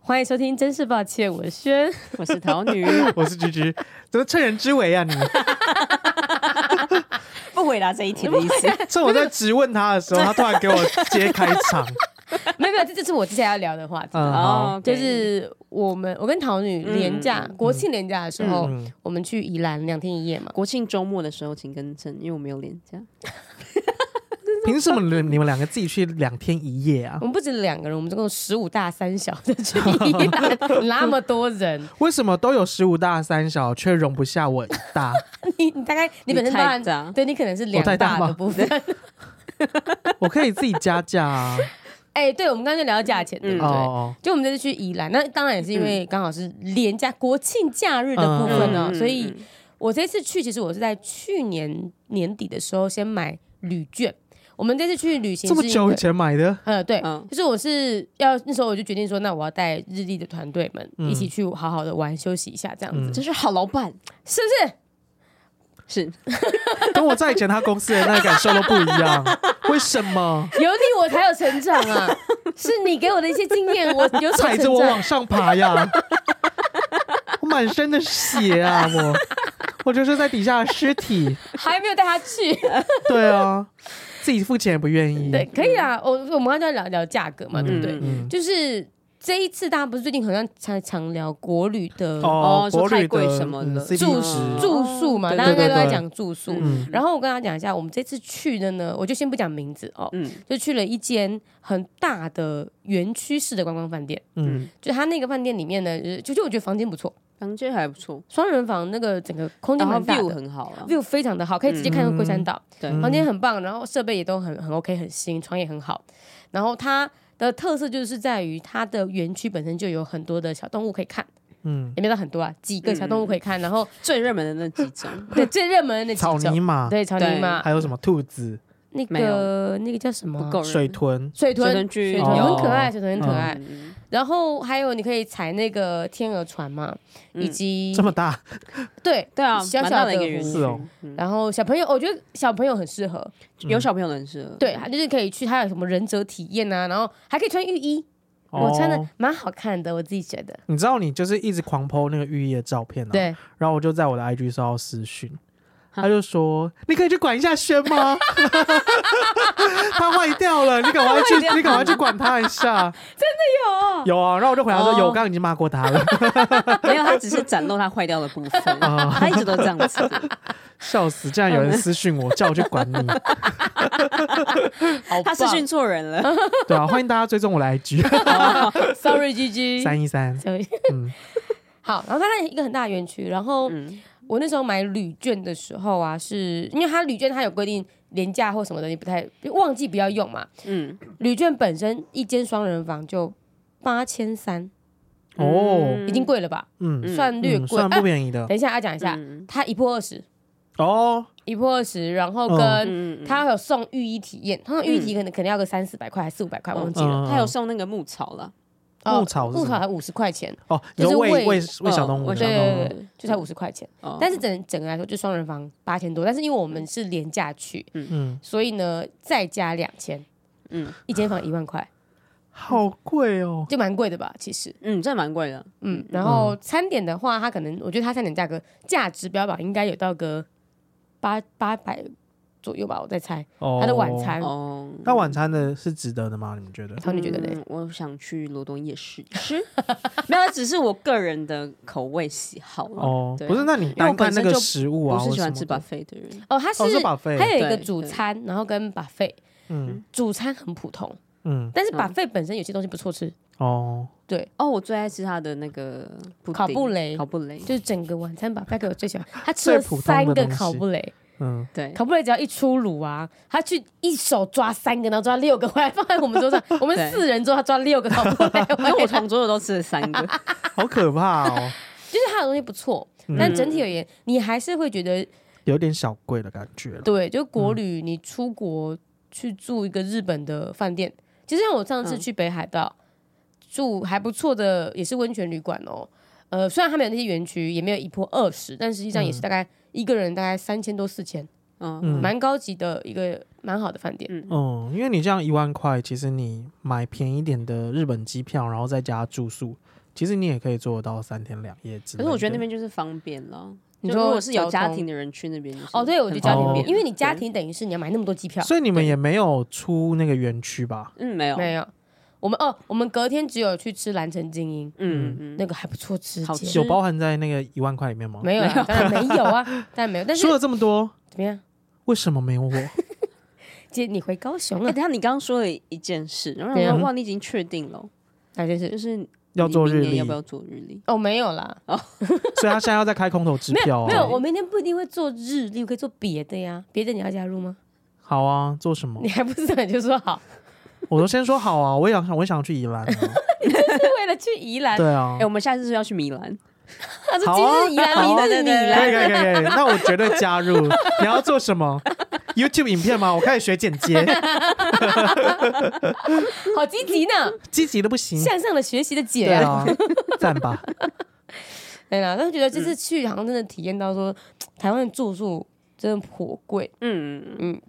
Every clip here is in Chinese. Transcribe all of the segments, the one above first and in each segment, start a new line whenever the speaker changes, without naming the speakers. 欢迎收听，真是抱歉，我是轩。
我是桃女，
我是菊菊， 怎么趁人之危啊你？
不回答这一题的意思。
趁我在质问他的时候，他突然给我接开场，
没有没有，这就是我接下来要聊的话题，
嗯 好
哦，
就
就是
是我们我跟桃女廉价、国庆廉价的时候，
嗯
我们去宜兰两天一夜嘛。
国庆周末的时候，请更正，因为我没有连假。
凭什么你们你们两个自己去两天一夜啊
我？们不止两个人，我们总共十五大三小的去宜兰，那么多人，
为什么都有十五大三小，却容不下我一大？
你你大概你本身
你
当
太
然
大
对你可能是两
我太大
的
吗
部分。
我可以自己加价啊！
哎、对，我们刚才聊到价钱，对不对？
嗯
哦，
就我们这次去宜兰，那当然也是因为刚好是连假、国庆假日的部分呢、
嗯嗯
所以我这次去，其实我是在去年年底的时候先买旅券。我们这次去旅行
这么
是因
久
为
以前买的，
呃，对，
嗯
就是我是要那时候我就决定说，那我要带日历的团队们
嗯
一起去好好的玩、休息一下，这样子、
真是好老板，
是不是？
是
跟我在以前他公司的那个感受都不一样。为什么
有你我才有成长啊！ 是你给我的一些经验，我有所
踩着
成
我
长
往。上爬呀？我满身的血啊！我我就是在底下的尸体。
还没有带他去，
对啊，自己付钱也不愿意。
对，可以啊。我我们刚才就要聊聊价格嘛，对不对？
嗯，
就是这一次，大家不是最近好像才常聊国旅的
哦说
国
太
旅
贵
的
什么
嗯
的
CP
住
值
住宿嘛，
哦
大家应
对
该
对
都在
对
讲住宿。
嗯
然后我跟大家讲一下，我们这次去的呢，我就先不讲名字哦，
嗯
就去了一间很大的园区式的观光饭店。
嗯，
就它那个饭店里面呢，就是就就我觉得房间不错，
房间还不错，
双人房那个整个空间
然
蛮
后
大
view
的
很好啊。
，view 非常的好，可以直接看到
嗯
龟山岛。
对，
房间很棒，然后设备也都很很 OK，很新，床也很好。然后它的特色就是在于它的园区本身就有很多的小动物可以看，
嗯
也没到很多啊，几个小动物可以看。然后
最热门的那几种，
对最热门的那
嗯草
几
泥
种，
马，
对啊草泥马
还，有什么兔子、
那
没
个那个叫什么
不
啊
够人
水豚，
水
水哦
豚
豚。剧
水豚
有
很可爱，水豚很
嗯
可爱。然后还有你可以踩那个天鹅船嘛，以
嗯
及
这么大，
对。
对啊，
小
蛮
小
大
的
的一个园
是哦
区，嗯
然后小朋友，我觉得小朋友很适合，
有小朋友的很 适合。
嗯
对，他就是可以去，他有什么忍者体验啊，然后还可以穿浴衣，我穿的
哦
蛮好看的，我自己觉得。
你知道你就是一直狂 PO 那个浴衣的照片啊，，
对，
然后我就在我的 IG 收到私讯，
哈
他就说你可以去管一下轩吗？ 他坏掉了，你赶快去，你赶快去管他一下。真的有有啊，然后我就回答说
哦
有，我刚刚已经骂过他了，
没有，他只是展露他坏掉的部 分，
啊
他一直都这样 子的。
笑死！竟然有人私讯我，叫我去管你，
好棒
他是训错人 了，
对啊，欢迎大家追踪我的 IG
Sorry GG，
三一三，
Sorry
嗯
好，然后它是一个很大的园区，然后
嗯
我那时候买旅券的时候啊，是因为它旅券它有规定廉价或什么的，你不太忘记不要用嘛。
嗯，
旅券本身一间双人房就八千三，
哦，
已经贵了吧？
嗯，
算略
嗯
贵。
算
哎
不便宜的
等一下，要讲一下，
嗯
它一破二十，
哦，
一破二十，然后
嗯
跟
嗯嗯，
它有送浴衣体验，它送浴衣体验可能可能要个三四百块还是四五百块，
嗯
忘记了。
嗯
他有送那个牧草了，
哦
牧嗯草是什么
牧草才五十块钱，
哦，
就是
有喂
喂
喂喂小动物，小动物
对对
哦
对对，就才五十块钱。
哦
但是整整个来说，就双人房八千多，但是因为我们是廉价去，
嗯，
所以呢再加两千，
嗯
一间房一万块，
好贵哦，
就蛮贵的吧？其实，
嗯，这蛮贵的，
嗯，然后餐点的话，它可能我觉得它餐点价格价值标榜应该有到个八八百左右吧，我在猜
哦，
它的晚餐。
哦，
那晚餐的是值得的吗？你们觉得？
嗯超你觉得嘞？
嗯我想去罗东夜市吃， 没有，只是我个人的口味喜好啦
哦，
对啊
不是，那你单看那个食物啊，
不是喜欢
或
吃
什么的
buffet 的人。
哦，它是
哦，是 buffet
它有一个
对
主餐，然后跟 buffet。
嗯
主餐很普通，
嗯，
但是
嗯
buffet 本身有些东西不错吃，
哦，
对，
哦，我最爱吃他的那个布丁
烤布雷
烤布雷，
就是整个晚餐 buffet 给我最喜欢。他吃了
最普通的
三个
东西
烤布雷，
嗯，
对，
考布雷只要一出炉啊，他去一手抓三个，然后抓六个回来放在我们 桌上。我们
对
四人桌，他抓六个考布 雷回
因为
来，
我同桌的都吃了三个，
好可怕哦，
就是他的东西不错，
嗯
但整体而言，你还是会觉得
有点小贵的感觉了。
对，就国旅你出国去住一个日本的饭店，其实像我上次
嗯
去北海道、住还不错的，也是温泉旅馆哦。呃，虽然他们有那些园区，也没有一波二十，但实际上也是大概一个人大概三千多四千，
嗯，
嗯
蛮高级的一个蛮好的饭店。
嗯，因为你这样一万块，其实你买便宜一点的日本机票，然后再加住宿，其实你也可以做到三天两夜之类的。
可是我觉得那边就是方便了。
你
就如
说
果是有家
交通
庭的人去那边就是，
哦，对，我觉得家
很方
庭，
便
因为你家庭等于是你要买那么多机票，
所以你们也没有出那个园区吧？
嗯，没有，
没有。我们哦，我们隔天只有去吃蓝城精英，
嗯嗯，
那个还不错吃，
好
姐
吃
有包含在那个一万块里面吗？
没有啊，当然没有啊，当然没有。但是
说了这么多，
怎么样，
为什么没有 我？
姐你回高雄
哎、
了？
等一下你刚刚说了一件事，然后
对
我
啊
想说哇，你已经确定了，
那就是
就是你
要做
明
日
年
历，
要不要做日历？
哦，没有啦，
所以他现在要再开空头支票、啊。
没有，我明天不一定会做日历，我可以做别的呀。别的你要加入吗？
好啊，做什么
你？还不是很就说好，
我都先说好啊，我也想，我也想去宜兰、啊。
是为了去宜 兰。
对啊
哎、，我们下次是不是要去米兰，
他说
好
今
啊
日宜兰，
好啊
明日
可
米
以
兰。
可以可以可以，那我绝对加入。你要做什么？YouTube 影片吗？我开始学剪接，
好积极呢，
积极的不行。
向上的学习的
嗯
姐
对
啊。
啊，赞吧。
对啦，但是觉得这次去好像真的体验到说，台湾的住宿真的颇贵，
嗯，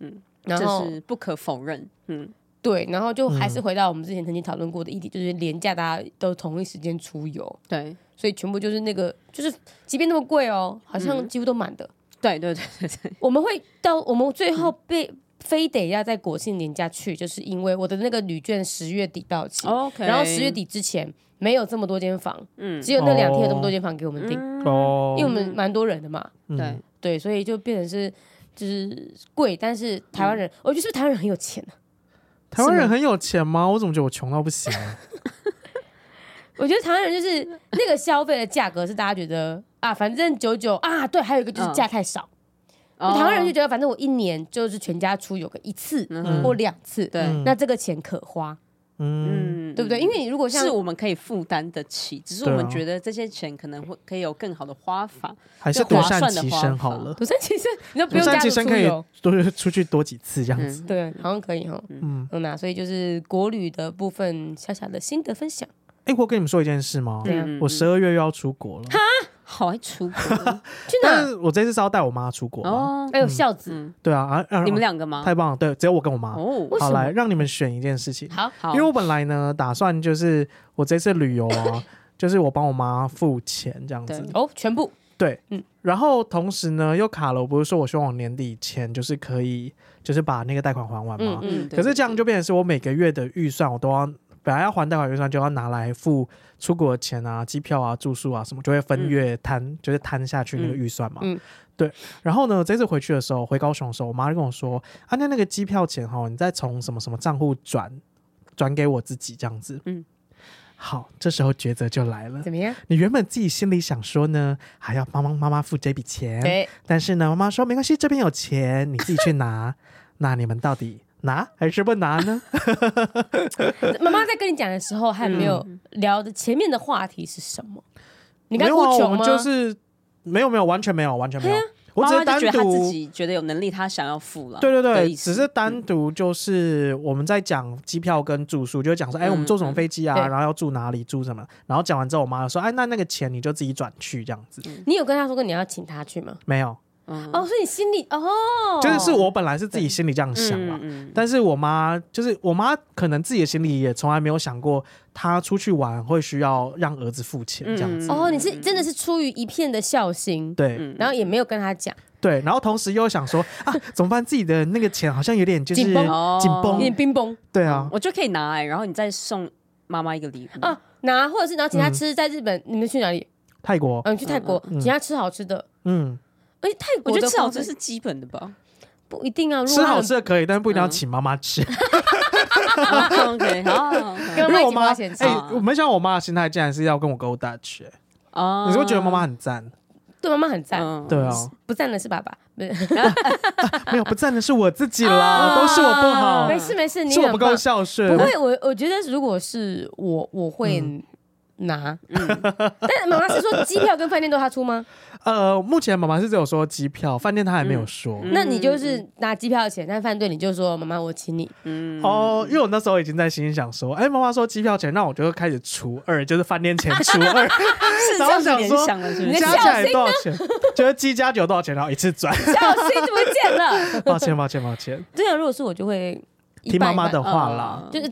然
这
后
是不可否认，嗯，
对，然后就还是回到我们之前曾经讨论过的议题，就是廉价大家都同一时间出游，
对，
所以全部就是那个，就是即便那么贵哦，好
嗯
像几乎都满的。
对对对对对，
我们会到我们最后被、非得要在国庆年假去，就是因为我的那个旅券十月底到期
哦 OK
然后十月底之前没有这么多间房，
嗯
只有那两天有这么多间房给我们订，
哦
因为我们蛮多人的嘛，
嗯
对，
对，所以就变成是就是贵，但是台湾人，我觉得是不是台湾人很有钱呢、啊
台湾人很有钱吗？我怎么觉得我穷到不行啊？
我觉得台湾人就是那个消费的价格是大家觉得啊，反正九九啊，对，还有一个
嗯
就是假太少。
哦
台湾人就觉得，反正我一年就是全家出游个一次
嗯
或两次，
对
嗯
那这个钱可花，
嗯，
嗯，
对不对？因为你如果像
是我们可以负担得起，只是我
对啊
们觉得这些钱可能会可以有更好的花法。
还是独善其身好了。
独善其身，你都不
独
用
善
家
其
族
身
出
可以
游，
多出去多几次这样子。
嗯，
对，好像可以哈。
嗯，
嗯呐，所以就是国旅的部分小小的心得分享。
哎，我跟你们说一件事吗？
对啊
嗯
我十二月又要出国了，
好爱 出国
去
但
哪？
是我这次是要带我妈出国啊。
哦，
哎呦，孝子，
嗯，
对啊，啊，啊
你们两个吗？
太棒了，对，只有我跟我妈。
哦
为，什
好，
么
来让你们选一件事情，
好，
好，
因为我本来呢打算就是我这次旅游啊，就是我帮我妈付钱这样子
对，
哦，全部
对，
嗯
然后同时呢又卡了，我不是说我希望我年底前就是可以就是把那个贷款还完吗？
嗯
嗯，对
可是这样就变成是我每个月的预算我都要。本来要还贷款预算，就要拿来付出国的钱啊、机票啊、住宿啊什么，就会分月摊，就是摊下去那个预算嘛。
嗯
对。然后呢，这次回去的时候，回高雄的时候，我妈就跟我说：“啊，那那个机票钱哈，你再从什么什么账户转转给我自己这样子。”
嗯。
好，这时候抉择就来了。
怎么样？
你原本自己心里想说呢，还要帮帮妈妈付这笔钱，
对，
但是呢，妈妈说没关系，这边有钱，你自己去 拿。那你们到底拿还是不拿呢？
妈妈在跟你讲的时候，还没有
嗯
聊的前面的话题是什么？你刚
没有
刚
啊
哭
我
穷
们
吗？
就是没有没有，完全没有，完全没有。我只是
妈啊妈就
单
觉得她自
独，
己觉得有能力，她想要付了。
对对
的
对，
意思
只是单独就是我们在讲机票跟住宿，就讲说，哎，
嗯
我们坐什么飞机
嗯
啊，
对
然后要住哪里，住什么，然后讲完之后，我妈就说，哎，那那个钱你就自己转去这样子。
你有跟他说过你要请他去吗？
没有，
嗯
哦，所以你心里哦，
就是是我本来是自己心里这样想啦，
嗯
但是我妈就是我妈，可能自己的心里也从来没有想过，她出去玩会需要让儿子付钱这样子。
哦，你是真的是出于一片的孝心，
嗯对、
嗯
然后也没有跟他讲，
对，然后同时又想说啊，怎么办？自己的那个钱好像有点就是
紧绷
哦
紧
有点
绷，
冰崩
对啊，
我就可以拿来，然后你再送妈妈一个礼物。
啊，拿或者是然后
嗯
请他吃，在日本你们去哪里？
泰国，
嗯，去泰国，请他吃好吃的。
嗯，
而且泰国
我
的
觉得吃好
话
吃是基本的吧。
不一定啊，如果
吃
他
好
很
吃的可以，但是不一定
嗯
要请妈妈吃，
OK，好好
跟
因
妈
为
一
我
起
妈
花钱吃啊
哎，，我没想到我妈的心态竟然是要跟我 go Dutch，哎、
好，
你是不是觉得妈妈
很
很赞？
对妈妈很
嗯
赞，
对啊，
不赞的是爸爸，不是
没有不赞的是我自己啦，都是我不好
啊 没，事没事，你
哦是我
很
不够
棒。
孝顺嗯
不，会，我我觉得如果是我，我会拿。
嗯
但是妈妈是说机票跟饭店都他出吗？
呃，目前妈妈是只有说机票，饭店她还没
嗯
有说。
嗯
那你就是拿机票的钱，但饭店你就说妈妈我请你。
嗯，
哦，因为我那时候已经在心里想说，哎、妈妈说机票钱，那我就开始除二， 就是饭店钱除二，
是这样子联想了，是不
你的
是？
加起来多少钱？就是鸡加酒多少钱，然后一次转。
小心怎么见了？
抱歉，抱歉，抱歉，
对啊，如果是我就会一
听
半
妈
一
妈
半
的话
嗯
啦。
就是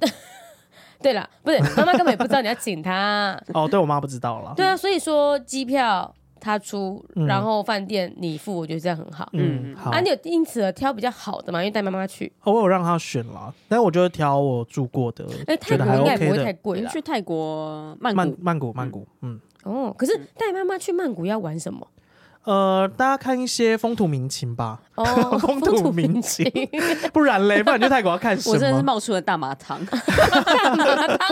对啦，不是妈妈根本也不知道你要请她。
哦，对我妈不知道啦。
对啊，所以说机票她出，
嗯
然后饭店你付，我觉得这样很好。
嗯，好哦
啊，，你有因此而挑比较好的嘛？因为带妈妈去，
我有让她选啦，但我就挑我住过的
哎，，
觉
泰
得
国
还
应该也不
OK
会太
的。
我
贵
们
了
去泰国曼
曼
谷，
曼谷，曼谷，嗯，
哦。可是带妈妈去曼谷要玩什么？
呃，大家看一些风土民情吧，，
哦
风土民情
风土民情
不然嘞，不然你去泰国要看什
我真的
么？
是冒出了大 麻糖，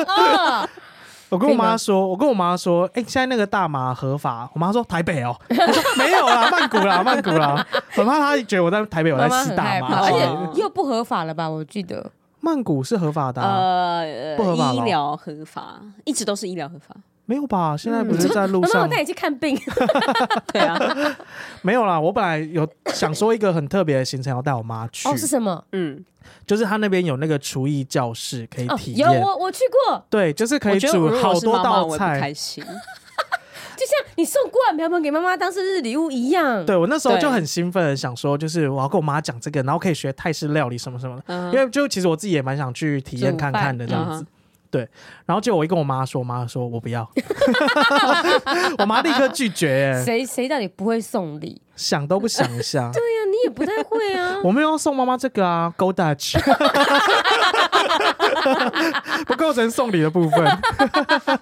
哦，
我跟我
可以
妈
吗
说，我跟我妈说，哎、现在那个大麻合法，我妈说台北哦，我说没有啦，曼谷啦，曼谷啦，我怕她觉得我在台北我在
妈妈
吸
很
大
害
麻
怕，
之类的，
而且又不合法了吧？我记得
曼谷是合法的、啊，
呃，
不合法吧
医疗合法，一直都是医疗合法，
没有吧？现在不是在路
妈 妈，我
上、
带你去看病。
对啊，
没有啦，我本来有想说一个很特别的行程要带我妈去，
哦，是什么？
嗯，
就是她那边有那个厨艺教室可以
哦，
体
有
验。
我我去过，
对，就是可
我
以
觉得
煮
我如果
好
是妈
多
妈
道
我也不
菜
开，心，
就像你送锅碗瓢盆给妈妈当生日礼物一样。
对我那时候
对
就很兴奋，想说就是我要跟我妈讲这个，然后可以学泰式料理什么什么的，
嗯
因为就其实我自己也蛮想去体验看看的这样子
嗯。
然后结果我一跟我妈说，我妈说我不要， 我妈立刻拒绝、欸，
谁谁到底不会送礼？
想都不想一下。。
对呀、你也不太会啊
我没有要送妈妈这个啊，Go Dutch，不构成送礼的部分。
哎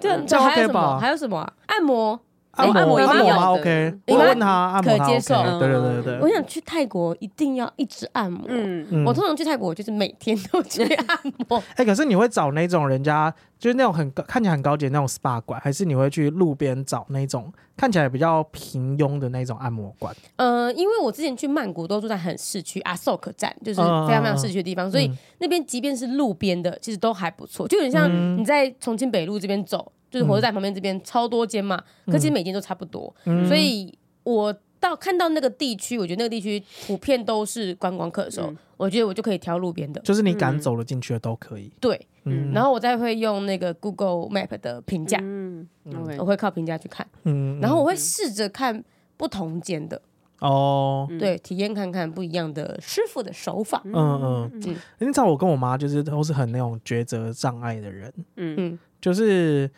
对啊，
这样
还有
OK
什
吧
么？还有什么啊、按摩？
按摩
哎
按
按
摩
摩一定要
妈
的
OK，
你
我
妈
问她按摩
可
她
接
OK，
受
对对对
我
对
想去泰国，一定要一直按摩。
嗯，
嗯
我通常去泰国，我就是每天都去按摩。
哎、可是你会找那种人家就是那种很高看起来很高级的那种 SPA 馆，还是你会去路边找那种看起来比较平庸的那种按摩馆？
呃，因为我之前去曼谷都住在很市区阿 s o k 站，就是
嗯
非常非常市区的地方，所以
嗯
那边即便是路边的，其实都还不错，就有点像
嗯
你在重庆北路这边走，就是火车站旁边这边超多间嘛，可其实每间都差不多，
嗯
所以我到看到那个地区，我觉得那个地区普遍都是观光客的时候，
嗯
我觉得我就可以挑路边的，
就是你敢走了进去的都可以。
对，
嗯，
然后我再会用那个 Google Map 的评价，
嗯，OK，
我会靠评价去看，
嗯
然后我会试着看不同间的，
哦，
嗯
对，体验看看不一样的师傅的手法。
嗯嗯
嗯，
你知道我跟我妈就是都是很那种抉择障碍的人，
嗯，
嗯，
就是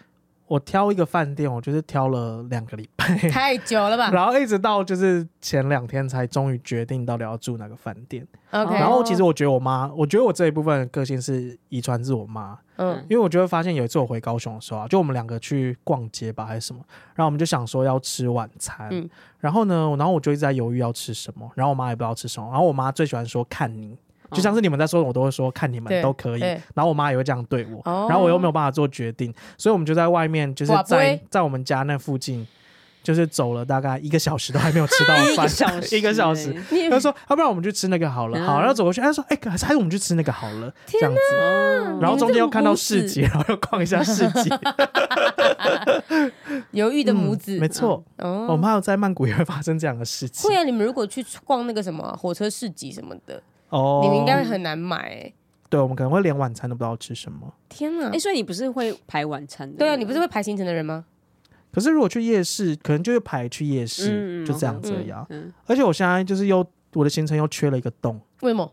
我挑一个饭店，我就是挑了两个礼拜。
太久了吧
然后一直到就是前两天才终于决定到底要住哪个饭店。
？OK，
然后其实我觉得我妈，我觉得我这一部分的个性是遗传自我妈，
嗯，
因为我就会发现有一次我回高雄的时候啊，就我们两个去逛街吧还是什么，然后我们就想说要吃晚餐，
嗯
然后呢，然后我就一直在犹豫要吃什么，然后我妈也不知道吃什么，然后我妈最喜欢说看你，就像是你们在说什么，我都会说看你们
嗯对
都可以，
对
然后我妈也会这样对我，
哦
然后我又没有办法做决定，所以我们就在外面，就是
哇
在
喂
在我们家那附近，就是走了大概一个小时都还没有 吃到
一
饭
个，小时，
一个小时
欸
你
他说，要不然我们去吃那个好了，
嗯
好，然后走过去，他说，哎、可还是我们去吃那个好了，这样子。
哦
然后中间又看到市
你
集，然后又逛一下市 集，
犹豫的母子
嗯没，错，我
哦，
妈有在曼谷也会发生这样的事情
会啊！你们如果去逛那个什么火车市集什么的，
哦。
你们应该会很难买欸。
对，我们可能会连晚餐都不知道吃什么。
天哪
哎，！所以你不是会排晚餐的？
对啊，你不是会排行程的人吗？
可是如果去夜市，可能就是排去夜市，
嗯嗯
就这样子呀。
嗯
而且我现在就是又我的行程又缺了一个洞，
为什么？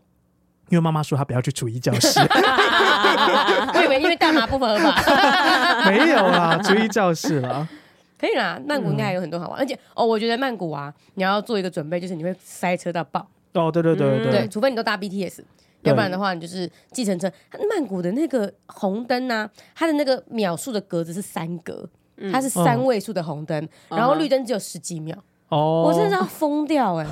因为妈妈说她不要去厨艺教室，
我以为因为大麻不合法，
没有啦，厨艺教室啦。
可以啦。曼谷应该还有很多好玩，而且哦，我觉得曼谷啊，你要做一个准备，就是你会塞车到爆，
哦，对对对对
对，
对，
除非你都搭 BTS。
对
要不然的话，你就是计程车。曼谷的那个红灯啊，它的那个秒数的格子是三格，
嗯
它是三位数的红灯，然后绿灯只有十几秒，
哦，
我真的是要疯掉哎、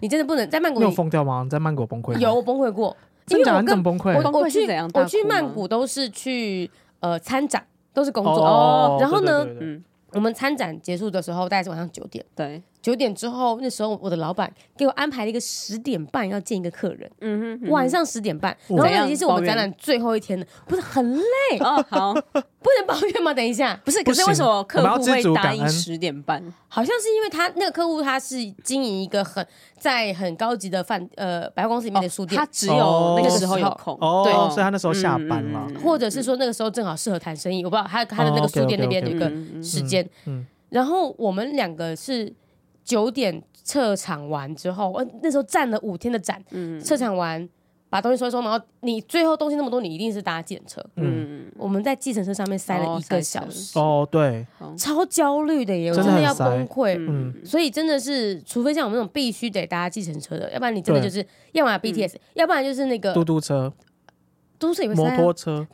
你真的不能在曼谷
你有疯掉吗？你在曼谷崩溃吗？
有我崩溃过，因
真
为
假的？
我
你怎么
跟
崩溃？
我
崩
我
溃是
去
怎样大
我
哭
去曼
吗
谷都是去呃参展，都是工作。
哦，
然后呢
对对对对
嗯，
我们参展结束的时候大概是晚上九点，
啊对，
九点之后，那时候我的老板给我安排了一个十点半要见一个客人，
嗯哼，嗯哼
晚上十点半，
哇
然后
怎
那
样
已经是我
抱
们
怨
展览最后一天了，不是很累，
哦好，
不能抱怨吗？等一下，
不是，
不
可
行
是为什么
我
客
们要
户
知
会
足
答
感
应
恩
十点半？
好像是因为他那个客户他是经营一个很在很高级的饭呃百货公司里面的书店
他，只有那个时候有空，
哦，
对
所以他那时候下班了，
嗯
或者是说那个时候正好适合谈生意，我不知道他他的那
哦
个
，OK，
书店
OK，
那边有一个
嗯
时间。
嗯
然后我们两个是九点撤场完之后，呃，那时候站了五天的展，
嗯
撤场完把东西收一收，然后你最后东西那么多，你一定是搭计程车。
嗯，
嗯，哦
我们在计程车上面塞了一个小时，
时，
哦，对，
超焦虑的耶，我
真
真
的很
的要
塞
崩溃。
嗯
所以真的是，除非像我们那种必须得搭计程车的，要不然你真的就是，要么 BTS，、要不然就是那个
嘟嘟车、
都市也会塞、
摩
啊。
托车，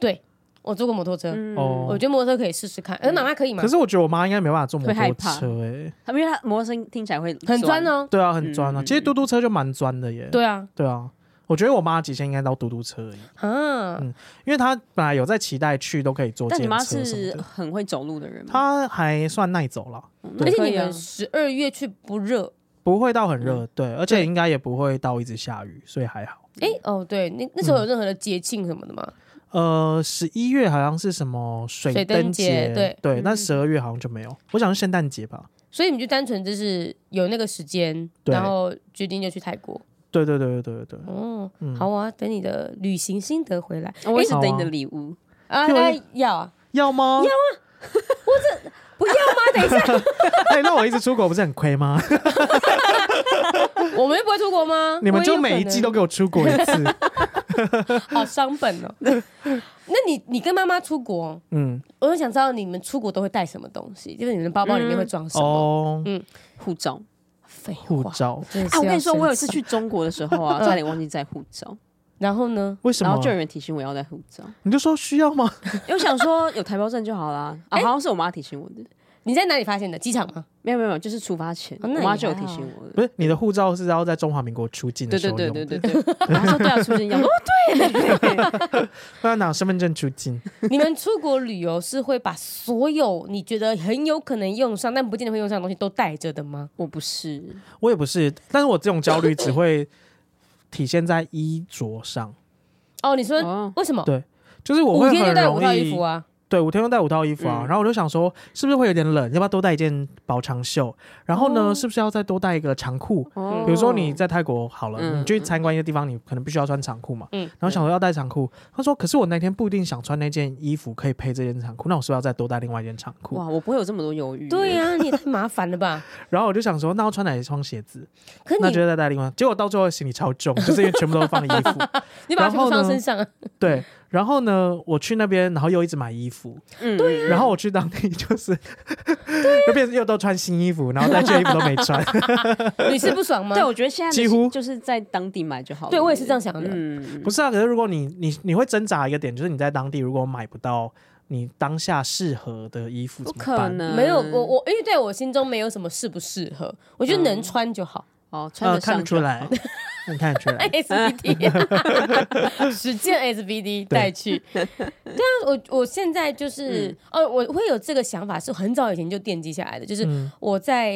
我坐过摩托车，
嗯
哦
嗯我觉得摩托车可以试试看。呃，妈妈可以吗
可？是我觉得我妈应该没办法坐摩
会害
托
怕
车，哎，
他因为他摩托车听起来会
很专，哦。
对啊，很专啊。
嗯
其实嘟嘟车就蛮专的耶，
对啊，
对啊。我觉得我妈极限应该到嘟嘟车而已，嗯
啊，
因为她本来有在期待去都可以坐
但
电
你妈
车什
是
么的，
很会走路的人吗？
她还算耐走了，
嗯
而且
可
你
以啊
们十二月去不热？
不会到很热，对，而且应该也不会到一直下雨，所以还好。
哎、哦，对，那那时候有任何的节庆什么的吗？
呃，十一月好像是什么水
水灯
灯
节对
对，
嗯
但十二月好像就没有，我想是圣诞节吧。
所以你们就单纯就是有那个时间，
对
然后决定就去泰国。
对对对对对对对，
哦，
嗯，
好啊，等你的旅行心得回来
哦我一直
好啊
等你的礼物，
啊，
对
那要啊，
要吗？
不要吗？等一下，
哎，那我一直出国不是很亏吗？
我们又不会出国吗？
你们就
我也有
每
可
一
能
季都给我出国一次，
好伤本 哦。那你你跟妈妈出国，
嗯，
我就想知道你们出国都会带什么东西，就是你们包包里面会装什么？
哦，
护照。
废话，
护照，
真的是
啊，我
要
跟你说，
生
我有一
气
次，去中国的时候 啊，差点忘记带护照，
然后呢？
为什
然
么
后？就有人提醒我要带护 照，
你就说需要吗？
因为我想说有台胞证就好啦。啊，好像是我妈提醒我的，
你在哪里发现的？机场 吗？
没有没有没有，就是出发前，
哦
我
那也
妈就有
还
提
好
醒我的。
不是，你的护照是要在中华民国出境的
对
时
对
候
对
用的，
对对对，然后说对啊，出境要哦，
那要拿身份证出境，
你们出国旅游是会把所有你觉得很有可能用上，但不见得会用上的东西都带着的吗？
我不是，
我也不是，但是我这种焦虑只会体现在衣着上，
哦，你说
哦
为什么
对？就是我
五
会
天就
很
带五
容
套衣
易
服啊，
对，五天都带五套衣服啊，
嗯
然后我就想说，是不是会有点冷，要不要多带一件薄长袖？然后
哦
呢，是不是要再多带一个长裤？
哦
比如说你在泰国好了，
嗯
你去参观一个地方，你可能必须要穿长裤嘛。
嗯
然后想说要带长裤，他说，可是我那天不一定想穿那件衣服，可以配这件长裤，那我是不是要再多带另外一件长裤
哇，？我不会有这么多犹豫。
对，呀、你也太麻烦了 吧？
然后我就想说，那要穿哪一双鞋子？
可
那
你
就再带另外。结果到最后行李超重，就是因为全部都放衣服。
你把它全
然
部
后呢
放身 上啊，
对，然后呢，我去那边，然后又一直买衣服，
嗯，
然后我去当地就是， 又变成又都穿新衣服，然后带旧衣服都没 穿。
你是不爽吗？
对，我觉得现在的
几乎
就是在当地买就好了。
对我也是这样想的。
嗯，
不是啊，可是如果你你你会挣扎一个点，就是你在当地如果买不到你当下适合的衣服，
不
怎么办呃
可。能，
没有，
嗯
我我因为对我心中没有什么适不适合，我觉得
嗯
能穿就好。
哦，穿
呃，
得
看
上
得
就
出
好哎
来，你看 得出 来，
SBD，实践 SBD 带去。对啊，我我现在
嗯
就是、哦，我会有这个想法，是很早以前就奠基下来的。就是
嗯
我在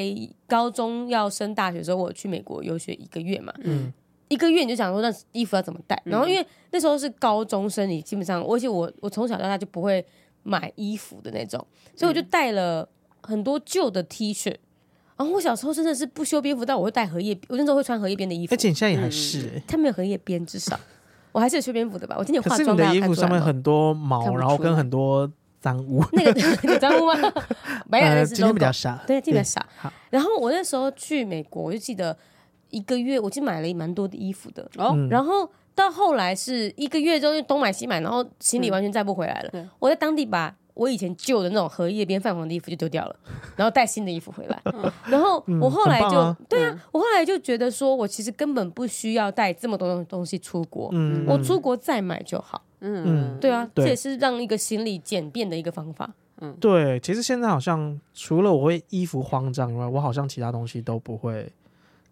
高中要升大学的时候，我去美国游学一个月嘛，
嗯
一个月你就想说那衣服要怎么带，然后因为那时候是高中生，你基本上，而且我我从小到大就不会买衣服的那种，所以我就带了很多旧的 T 恤。然后我小时候真的是不修边幅，但我会带荷叶，我那时候会穿荷叶边的衣服
而。且你现在也还
嗯
是欸。
它没有荷叶边，至少我还是有修边幅的吧。我今天有
可
化
是
妆，
你的
大家
衣
看
服
出
上
来
面
吗
很多毛，
不
然后
出
跟
来
很多脏污。
那个 你脏污吗？ 白眼
呃，
的是
今天比
logo
较傻，
对，这边少
好。
然后我那时候去美国，我就记得一个月，我就买了蛮多的衣服的。
哦
嗯
然后到后来是一个月之后就东买西买，然后行
嗯
李完全载不回来了。
对
我在当地把我以前旧的那种荷叶边泛黄的衣服就丢掉了，然后带新的衣服回来。然后我后来
嗯很
就、
棒啊
对啊，我后来就觉得说我其实根本不需要带这么多东东西出国，
嗯
我出国再买就好。
嗯，
对啊，
对
这也是让一个行李简便的一个方法。
对，其实现在好像除了我会衣服慌张以外，我好像其他东西都不会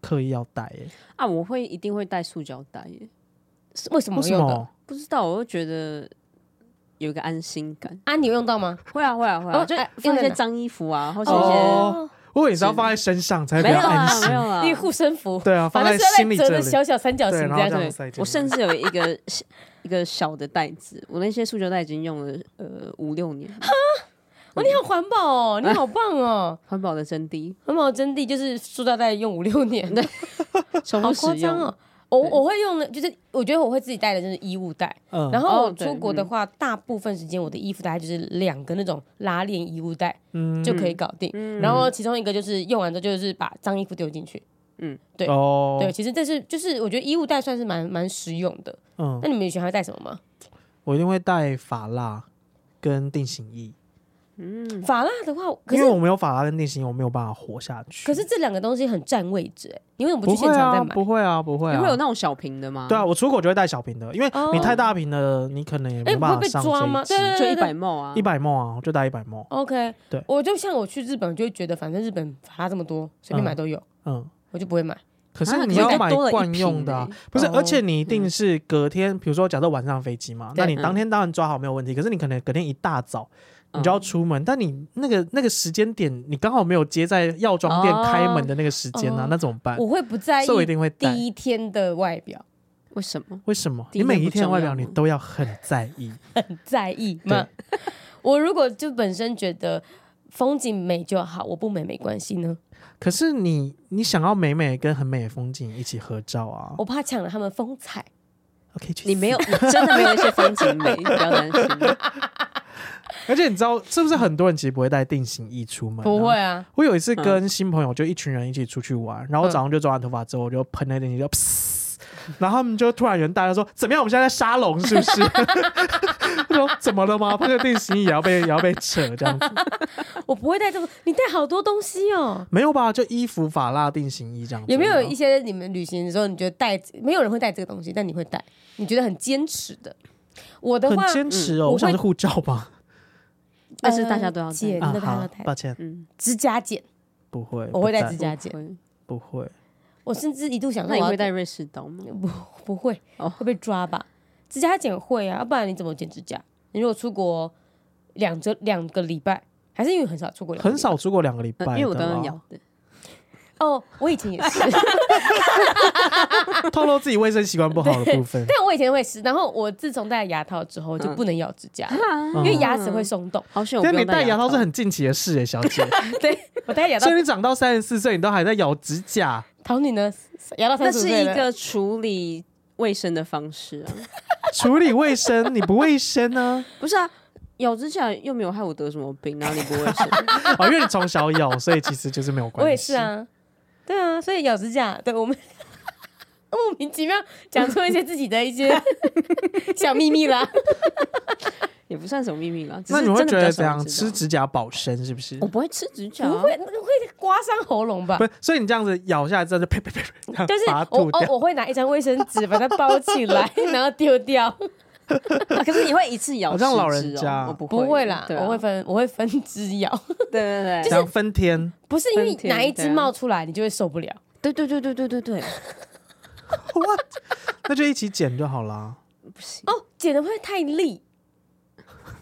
刻意要带耶。
啊，我会一定会带塑胶袋耶，
是为什么
为什
用的？
么？
不知道，我就觉得有一个安心感。
啊，你有用到吗？
会啊，会啊，会
哦
啊，就
哎
放
放
一
在
些
哪
脏衣服啊，或是一些
哦，我以为你是要放在身上才比
没
较
有
安
啊，没
心
有。啊
因为。护身符，
对啊，嗯放
反
在
正是在
心里
折
这
的
里。
小小三角形
对，然
这
后这
样子。
样
对
塞进，去
我甚至有一个小一个小的袋子，我那些塑胶袋已经用了呃五六年了，
哦，你好环 保哦，你好棒哦，
环保的真谛，
环保真谛就是塑料袋用五 六年，
重
好
复
夸
使用
张。哦。我
对
我会用的，就是我觉得我会自己带的就是衣物袋，
嗯，
然后我
哦对
出国的话，大部分时间我的衣服大概就是两个那种拉链衣物袋
嗯
就可以搞定，然后其中一个就是用完之后就是把脏衣服丢进去。对
哦，
对，，其实这是就是我觉得衣物袋算是蛮蛮实用的。
嗯
那，你们以前还会带什么吗？
我一定会带法拉跟定型液，
法拉的话，可
嗯因
是
为我没有法拉跟定型液，我没有办法活下去。
可是这两个东西很占位置、欸，你为什么
不
去现
会
场再
啊，
买？
不会啊，不会
你会有
啊。
那种小瓶的吗？
对啊，，我出国就会带小瓶的，因为
哦
你太大瓶的，你可能也
哎、
没
不
办
会
法
被
上
抓吗？
飞
对
机。
对
就
对
一
对
百毛啊，
一百梦啊，我就带一百梦。
OK，
对
我就像我去日本，我就会觉得反正日本法拉这么多，随便买都有，
嗯，
我就不会买。
可
啊
是
可
你
是
要
应该
买
多了一
惯
瓶嗯
用的啊
欸，
不是，
哦
而且你一定是隔天，比如说假设晚上飞机嘛，
对
那你
嗯
当天当然抓好没有问题。可是你可能隔天一大早你
嗯
就要出门，但你那个那个时间点，你刚好没有接在药妆店
哦
开门的那个时间啊
哦，
那怎么办？
我会不在意
所以我一定会带。
第一天的外表，
为什么？
为什么？
第一
你每
天
一
不
天的
重
外
要
表你
吗
都要很在意，
在意
嗯
吗？我如果就本身觉得风景美就好，我不美没关系呢。
可是你你想要美美跟很美的风景一起合照啊
我怕抢了他们风采。
，OK？去
哦你 没有，
死，
你真的没有一些风 景美，你不要担心。
而且你知道是不是很多人其实不会带定型衣出门、
不会。啊，
我有一次跟新朋友就一群人一起出去玩，然后
嗯
我早上就抓完头发之后，我就喷了一点，就 噗，然后他们就突然人大家说：“怎么样？我们现在在沙龙是不是？” 我说：“怎么了吗？喷个定型衣也要被也要被扯这样子？
我不会带这么，你带好多东西哦。
没有吧？就衣服、法拉、定型衣这样子。
有没有一些你们旅行的时候，你觉得带没有人会带这个东西，但你会带，你觉得很坚持的？我的
很
话，嗯
坚持哦？
我
我想
会
是护照吧。
但是大家都要带
呃剪
嗯
啊，
的，大家
好
都带，
抱歉，
嗯，
指甲剪，
不会，
我会带
不
指
指
甲剪。
不会。
我甚至一度想说
那
我
你
要
会带瑞士刀吗？
不会，
哦
会被抓吧？指甲剪会啊，要不然你怎么剪指甲？你如果出国两周两个礼拜，还是因为很少出国两个礼
很
拜，
少出过两个礼拜啊
呃
嗯
的啦，
因为我都用咬的，
哦。我以前也 是，
透露自己卫生习惯不好的部分。
但我以前会是，然后我自从戴了牙套之后就不能咬指甲了，
啊
因
嗯
为牙齿会松动。
好险我
但
不
你
用
戴牙
套
套是很近期的事诶，小姐。
对我戴牙套
所，以你长到三十四岁，你都还在咬指 甲，
桃女呢？牙套
那
三十
是
五岁
一
了
个处理卫生的方式啊，
处理卫生，你不卫生呢？
不是啊，咬指甲又没有害我得什么病，然后你不卫 生，
哦，因为你从小咬，所以其实就是没有关系。
我也是，啊，对啊，所以咬指甲，对我们 莫名其妙讲出一些自己的一 些小秘密啦。
也不算什么秘密啦。只
那
是
你会
真的
觉
比较
得
少
怎
人
样？
知
吃
道
指甲保身是不是
我？不会吃指甲啊，
不会，那个会刮伤喉咙吧
不？是，所以你这样子咬下来之后就呸呸呸呸，然后
就是
把它
我
吐
哦，
掉。
我会拿一张卫生纸把它包起 来，然后丢掉。
啊 可是你会一次咬
好像
十
老人
只哦
家
我不
不会啦，
对啊
我会分，我会分只咬，
对对对，
这样分天，
不是因为
分天
哪一
对
只
啊
冒出来你就会受不了。
对对对对对对对，
哇， 那就一起剪就好啦。
不行，
哦，剪的会太利，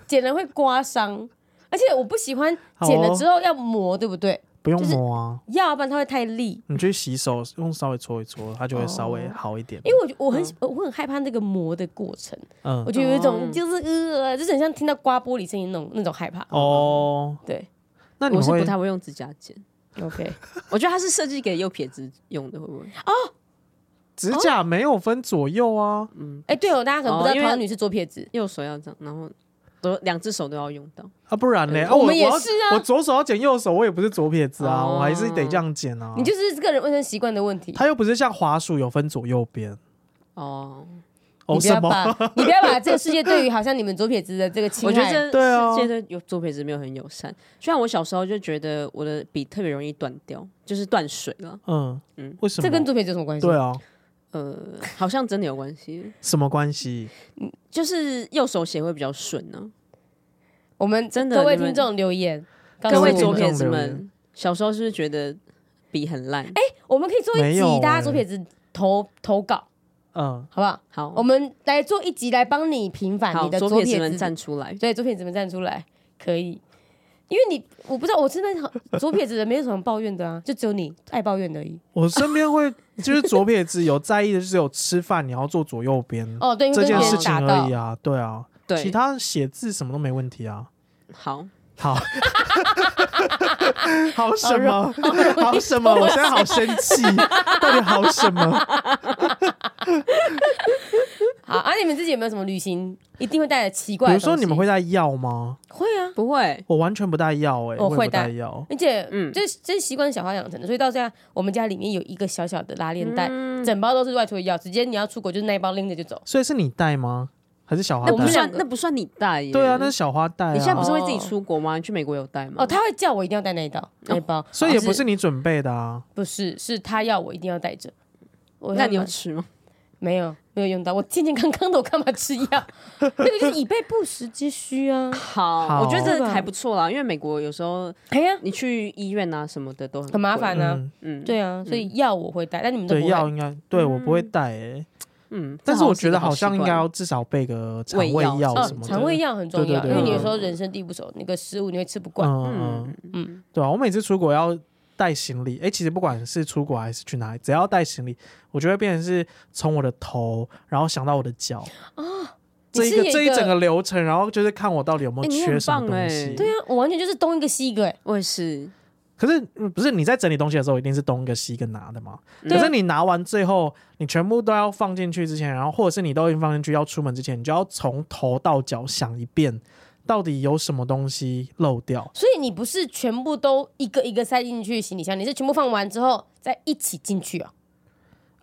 剪了会刮伤，而且我不喜欢
好哦
剪了之后要磨，对不对？
不用
就是
磨啊，
要不然它会太利。
你去洗手，用稍微搓一搓，它就会稍微
哦
好一点。
因为我觉我很喜、我很害怕那个磨的过程，
嗯
我，就有一种
嗯
就是呃，就是很像听到刮玻璃声音那种那种害怕。
哦，
对
那你
我是
会
不太会用指甲剪，
，OK，
我觉得它是设计给右撇子用的，会不会？
指甲没有分左右啊？
嗯，
哎、对哦，大家可能不知
哦因
道，
为
桃女是左撇子，
右手要这样，然后都两只手都要用到。
啊，不然嘞？啊，
我
我
们也
我要
是啊
我左手要剪右手，我也不是左撇子啊，
哦
我还是得这样剪啊
你。就是个人卫生习惯的问题。
它又不是像滑鼠有分左右边
哦，
哦
你不要
什么？
把你不要把这个世界对于好像你们左撇子的这个侵
我
害，
觉得这
对啊
世界对有左撇子没有很友善。虽然我小时候就觉得我的笔特别容易断掉，就是断水了。
嗯
嗯
为什么？
这跟左撇子有什么关系？
对啊，
呃，好像真的有关系，
什么关系？
就是右手写会比较顺啊呢、
我们
真的
各位
你们
听众留言，告诉
各位
我
听
们
左
众
撇子
留
们
言，
小时候是不是觉得笔很烂？哎、
我们可以做一
没
集
有
大家
欸
左撇子投投稿，
嗯，
好不好？
好，
我们来做一集来帮你平反
好
你的
左
左
撇子
撇
们
子，
站出来。
对左撇子们站出来可以。因为你我不知道，我真的很左撇子的没有什么抱怨的啊，就只有你爱抱怨而已。
我身边会就是左撇子有在意的，就是有吃饭你要坐左右边、
哦，对，因为
这
跟别
件事
人
情
打
而
到
已，啊，对啊，
对，
其他写字什么都没问题啊。
好，
好，好什么？
容易
好什么？我现在好生气，到底好什么？
好啊，你们自己有没有什么旅行一定会带的奇怪
比
的
如
东
说
西？
你们会带药吗？
会啊，
不会，
我完全不带药哎，
我
也
会
不
带
带药。
而且
嗯
嗯，这这是习惯小花养成的，所以到现在我们家里面有一个小小的拉链袋，整包都是外出的药，直接你要出国就是那一包拎着就走。
所以是你带吗？还是小花
那不
们
带？
算
两，个
那不算你带耶。哦
对啊，那是小花带啊。
你现在不是会自己出国吗？你去美国有带吗？
哦，他会叫我一定要带那一包，那一包，
哦所以也
可
不是你准备的啊。
不是，是他要我一定要带着。我
那你有
干嘛
吃吗？
没有没有用到？我健健康康的，我干嘛吃 药？那个就是以备不时之需啊！
好，
好
我觉得这还不错啦，因为美国有时候
哎呀，
你去医院啊什么的都很
很麻
贵。
烦啊。
嗯，
嗯，
对啊，所以药我会带，但你们都
对，
不
药
会。
应该对我不会带哎，
嗯，
但
这
是我
一
觉
个
得好
习惯
像应该要至少备个肠
胃
胃
药
药
哦
什么，的。
肠胃药很重
对
要，
对
因为你
对
有时候人生地不熟，那个食物你会吃不惯。
嗯
嗯
嗯嗯，对啊，我每次出国要带行李，哎、其实不管是出国还是去哪里，只要带行李，我就会变成是从我的头，然后想到我的脚啊，这
你
一
是
个
有
这
一
一整
个
个流程，然后就是看我到底有没
诶
有
你
缺
很
什么
棒
东
诶
西。
对啊，我完全就是东一个西一个，哎，
我也是，
可是嗯不是你在整理东西的时候，一定是东一个西一个拿的嘛？
嗯
可是你拿完最后，你全部都要放进去之前，然后或者是你都已经放进去要出门之前，你就要从头到脚想一遍，到底有什么东西漏掉。
所以你不是全部都一个一个塞进去行李箱，你是全部放完之后再一起进去哦。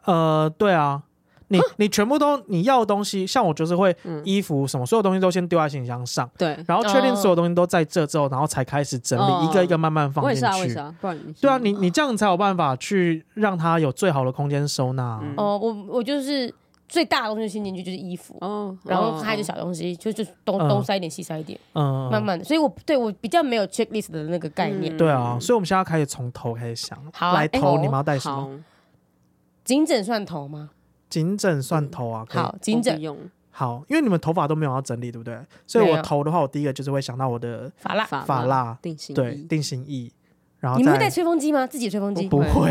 呃，对啊，你你全部都你要的东西，像我就是会
嗯
衣服什么，所有东西都先丢在行李箱上，
对，
然后确定
哦
所有东西都在这之后，然后才开始整
哦
理，一个一个慢慢放
我也
进
是啊，我也是
去。
啊，不然你
对啊，你你这样才有办法去让它有最好的空间收纳啊。
嗯
哦，我我就是最大的东西先进去就是衣服，
哦，
然后还有
就
就小东西，就就东
嗯
东塞一点西塞一点，
嗯，
慢慢的。所以我对我比较没有 checklist 的那个概念，
对啊，所以我们现在要开始从头开始想，
嗯好啊
来
哎
头
头
你们要带什么？
好，
颈枕算头吗？
颈枕算头啊，可以
好，颈
我不
枕
用
好，因为你们头发都没有要整理，对不对？所以
没
我
有
头的话，我第一个就是会想到我的
法拉。
发蜡，
定型
对
衣
定型液，然后
你们会带
再
吹风机吗？自己的吹风机？
不会，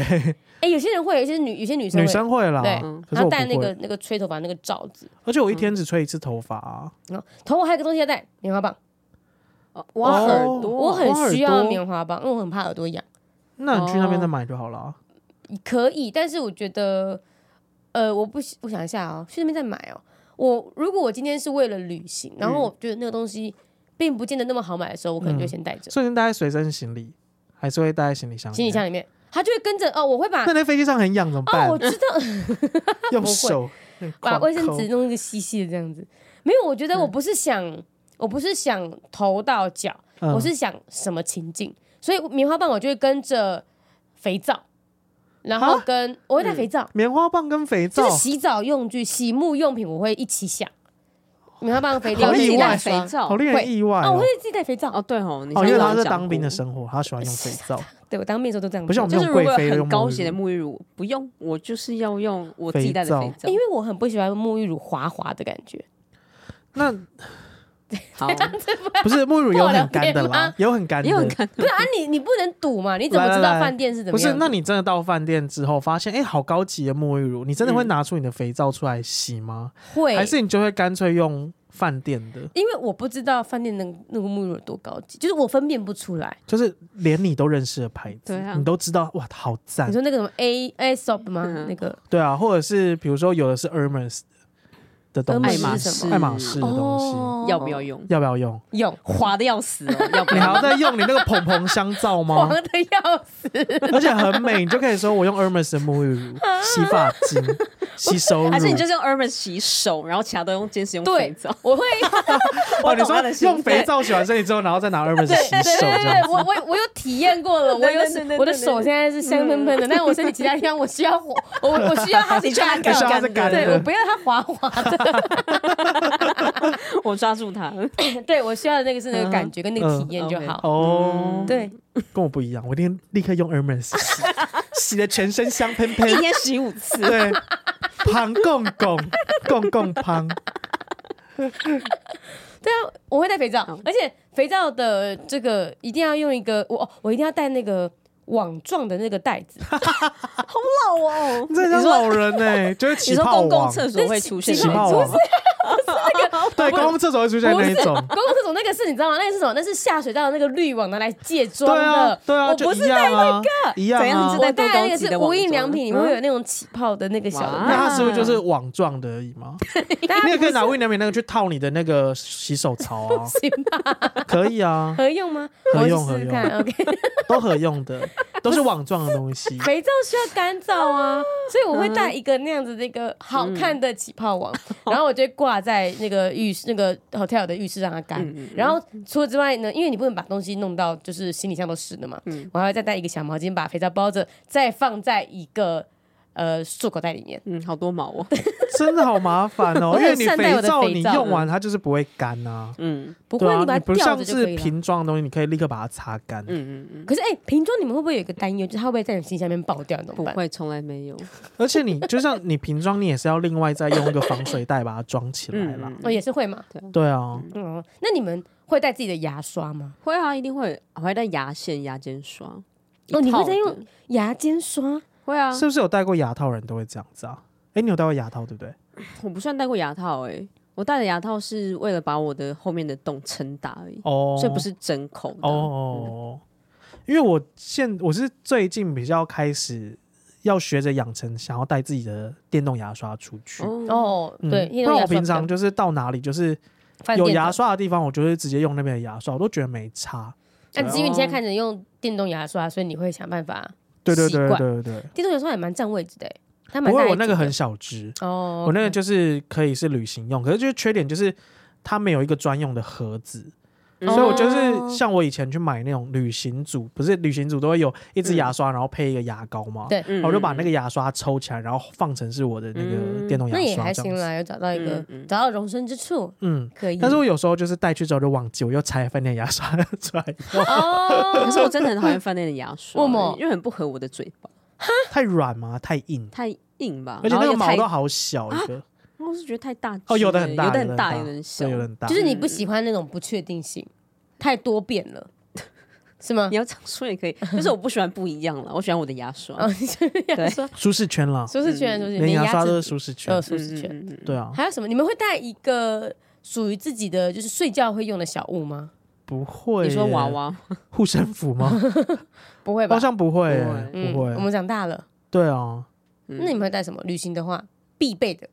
哎，有些人会，有些女有些女生
女
会，
生会啦，
对
嗯
可
然
是
后
我
带那
不
个嗯
会，
那个吹头发那个罩子。
而且我一天只吹一次头发啊，
然后头我还有一个东西要带，棉花棒。
哦挖
哦
耳朵，
我
挖耳
很需要
朵
棉花棒，因为我很怕耳朵痒。
那你去那边
哦
再买就好了啊。
可以，但是我觉得，呃，我不喜，我想一下哦，去那边再买哦。我如果我今天是为了旅行，然后
嗯
我觉得那个东西并不见得那么好买的时候，我可能就先带着、
所以你带在随身行李，还是会带在行李箱？
行李箱。里面，它就会跟着哦，我会把
那在飞机上很痒怎么
哦，
办
我？知道
用
不会
手用
把
狂
卫生
抠
纸弄一个细细的这样子。没有，我觉得我不是想，我不是想头到脚，
嗯
我是想什么情境，所以棉花棒我就会跟着肥皂，然后
啊
跟我会带肥皂。
棉花棒跟肥皂
就是，洗澡用具、洗沐用品，我会一起想。棉花棒、肥
好
皂、
意
洗
外啊
带
肥
霜
皂
好令
会
人意外
啊，我
哦
会。自己带肥皂。
哦，对吼，你
哦，
上
因为
次有
他是
讲
当兵的
过
生活，他喜欢用肥 皂。
对我当面的时候都这样，
不是我
因
们
就是
那种
如果
贵妃
有
的
很
用
高
沐浴
级的
乳
沐浴乳，不用，我就是要用我自己
肥
带的
皂
肥皂。
为我很不喜欢沐浴乳滑滑的感觉。
那
好，
不是沐浴乳 有很干的
不好
啦
聊天吗，
有很 干
也啊很
的。
看
不是啊，你你不能赌嘛？你怎么知
来来
道
来
饭店是
不
怎么
是
样，的？
那你真的到饭店之后发现，哎，好高级的沐浴乳，你真的会
嗯
拿出你的肥皂出来洗吗？
会
还是你就会干脆用饭店的？
因为我不知道饭店那个那个沐浴乳有多高级，就是我分辨不出来。
就是连你都认识的牌子
对啊，
你都知道，哇，好赞
你！说那个什么 A A SOP 吗
嗯？
那个
对啊，或者是比如说有的是 Hermes 的东
爱
爱
西，
马
马
仕
仕，
爱马仕的东西，
哦
要不要用？
要不要用？
用？
滑的要死 哦，要不
你还
要
要？再用你那个蓬蓬香皂
黄
吗？
的要死，
而且很美，你就可以说我用 Hermes 的沐浴乳、洗发精、 洗手乳。
还是你就是用 Hermes 洗手，然后其他都用坚持用肥
对
皂？，
我会
哦，
我
你
懂他的
说
心
用肥皂洗完身体之后，然后再拿 Hermes 洗
对
手这
对对
样
嗯
对，我我我有体验过了，我
对
有
对对对
我的
对对
手现在是香喷喷的，但是我身体其他地方我需要火， 我我需要它是
你需要它
干的，
你需要它是干的
对我不要它滑滑的，
我抓住 它，
对我需要的那个是那
嗯
个感觉跟那个体验就好。
哦，
对，
跟我不一样，我一定立刻用 Hermes 洗， 洗的全身香喷
一
喷。
天洗五次。
对，胖公公公公胖，
啊我会带肥皂
好，
而且肥皂的这个一定要用一个，我哦，我一定要带那个网状的那个袋 子，
好老 哦
你这像老人呢、就是
你
起
说
泡
公共
网，
厕所会出现
起
起
起
泡网，对，公共厕所会出现
不
那一
是
种，
公共厕所那个是你知道吗？那个是什么？那是下水道的那个滤网拿来卸妆
对啊
的，。
对啊，
我
就
不
一
是
样啊，一样
怎样
啊
是。
我
在
带的那个
多高级
是
的网
无印
状
良品，里面
嗯
会有那种起泡的那个小的袋
哇
那它是不是就是网状的而已吗？
子，大
你也
家
可以拿威廉 美那个去套你的那个洗手槽 啊，
行吧？
可以啊，
合用吗？
合
我去
用
试试
合
看。OK，
都合用的，都是网状的东 西。
肥皂需要干燥啊，所以我会带一个那样子的一个好看的起泡网， 然后我就会挂在那个浴室、那个 hotel 的浴室让它干。
嗯嗯
然后除了之外呢，因为你不能把东西弄到就是行李箱都湿的嘛，
嗯
我还会再带一个小毛巾把肥皂包着，再放在一个呃漱口袋里面。
嗯，好多毛哦，
真的好麻烦哦，
我很
因为你
善待
肥
我的
皂
肥
你
皂
用完它就是不会干啊。
嗯
不
对
过
啊，
把
你
它
不
吊
像
着就是可以了。
瓶装的东西，你可以立刻把它擦干。
嗯嗯嗯，
可是哎、瓶装你们会不会有一个担忧，就是它会不会在你心下面爆掉？你怎
不
么办？
会，从来没有，
而且你就像你瓶装，你也是要另外再用一个防水袋把它装起来啦。
嗯
哦，也是会嘛。
对啊，
嗯，那你们会带自己的牙刷吗？
会啊，一定会，我还带牙线、牙尖刷，
哦你
一套
会
的
在用？牙尖刷？
会
嗯
啊，
是不是有戴过牙套的人都会这样子啊？哎，你有戴过牙套对不对？
嗯
我不算戴过牙套诶、我戴的牙套是为了把我的后面的洞撑大而已，
哦，
所以不是整口的。
哦，因为我现我是最近比较开始要学着养成想要带自己的电动牙刷出去。
哦，
哦，
嗯
对，因为
不然
牙
我
刷
平
比较
常就是到哪里就是
饭
有
店
牙
的，
刷的地方，我就会直接用那边的牙刷，我都觉得没差。
那只是因为你
哦
现在看着用电动牙刷，所以你会想办法。
对对
习
对
惯
对对对，
电动牙刷也蛮占位置的欸，它蛮
不
大
过
一
我那
组
个
的
很小只，
哦，
我那个就是可以是旅行用，可是就是缺点就是它没有一个专用的盒子。
嗯
所以我就是
哦
像我以前去买那种旅行组，不是旅行组都会有一
嗯
支牙刷，然后配一个牙膏嘛。
对
然
嗯
后我就把那个牙刷抽起来，然后放成是我的那个
嗯
电动牙
那也
刷
还
这
行
样子。
啦，有找到一个
嗯嗯
找到容身之处，
嗯，
可以。
但是我有时候就是带去之后就忘记，我又拆饭店牙刷 出来，
哦，
可是我真的很讨厌饭店的牙刷，欸
为什么
因为很不合我的嘴巴，
太软嘛，太硬，
太硬吧，
而且那
然后
个
又
毛
太
都好小一个，
我是觉得太大只
哦，
了，
有的很
很
大，
有的
很
大，
有
有的很小
对，有的很大
就。是你不喜欢那种不确定性，太多变了，是 吗
你？要这样说也可以，就是我不喜欢不一样了，我喜欢我的牙刷。
哦，你这样说，
舒适圈啦，
舒适圈，舒适圈，
连牙刷
齿
都是舒适圈
呃，舒适圈。
嗯嗯嗯
对啊，
还有什么？你们会带一个属于自己的，就是睡觉会用的小物吗？
不会
你
耶。
说娃娃，
护身符吗？
不会吧
好？像不会耶，
不
嗯
不
我
会。
们长大了，
对啊，
嗯
那你们会带什么？旅行的话必备的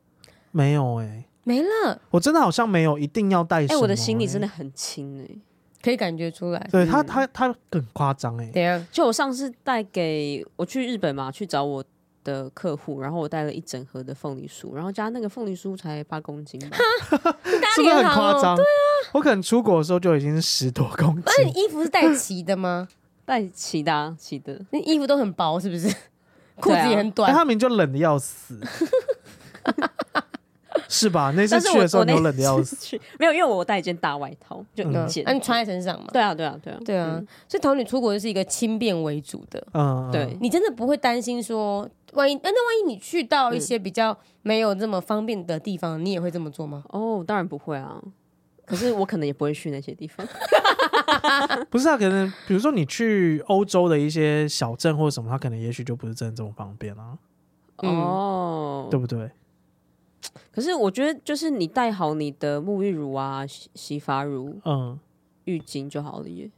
没有哎，
没了，
我真的好像没有一定要带什
哎，
么。欸
我的行李真
的，
的很轻哎，
可以感觉出来。
对他他他很夸张哎，
怎样？
就我上次带给我去日本嘛，去找我的客户，然后我带了一整盒的凤梨酥，然后加那个凤梨酥才八公斤吧，
大
是不是很
脸行
夸
哦
张？对啊，我可能出国的时候就已经是十多公斤。
那你衣服是带齐的吗？
带齐的啊齐的，
那衣服都很薄，是 不是？裤子也很
哎，
短，
他们就冷的要死，是吧？那次
但是
去
我
的时候
我
你
那
有冷的要 死，
次去没有，因为我带一件大外套，就
嗯
一件。
那你穿在身上嘛？
对啊对啊对啊
对啊，所以桃女出国就是一个轻便为主的，
嗯，嗯
对，
你真的不会担心说，万一、呃那万一你去到一些比较没有这么方便的地方，你也会这么做吗？
哦，当然不会啊。可是我可能也不会去那些地方，
不是啊，可能比如说你去欧洲的一些小镇或者什么，它可能也许就不是真的这么方便啊，
嗯
哦，
对不对？
可是我觉得，就是你带好你的沐浴乳啊、洗洗发乳、
嗯，
浴巾就好了耶。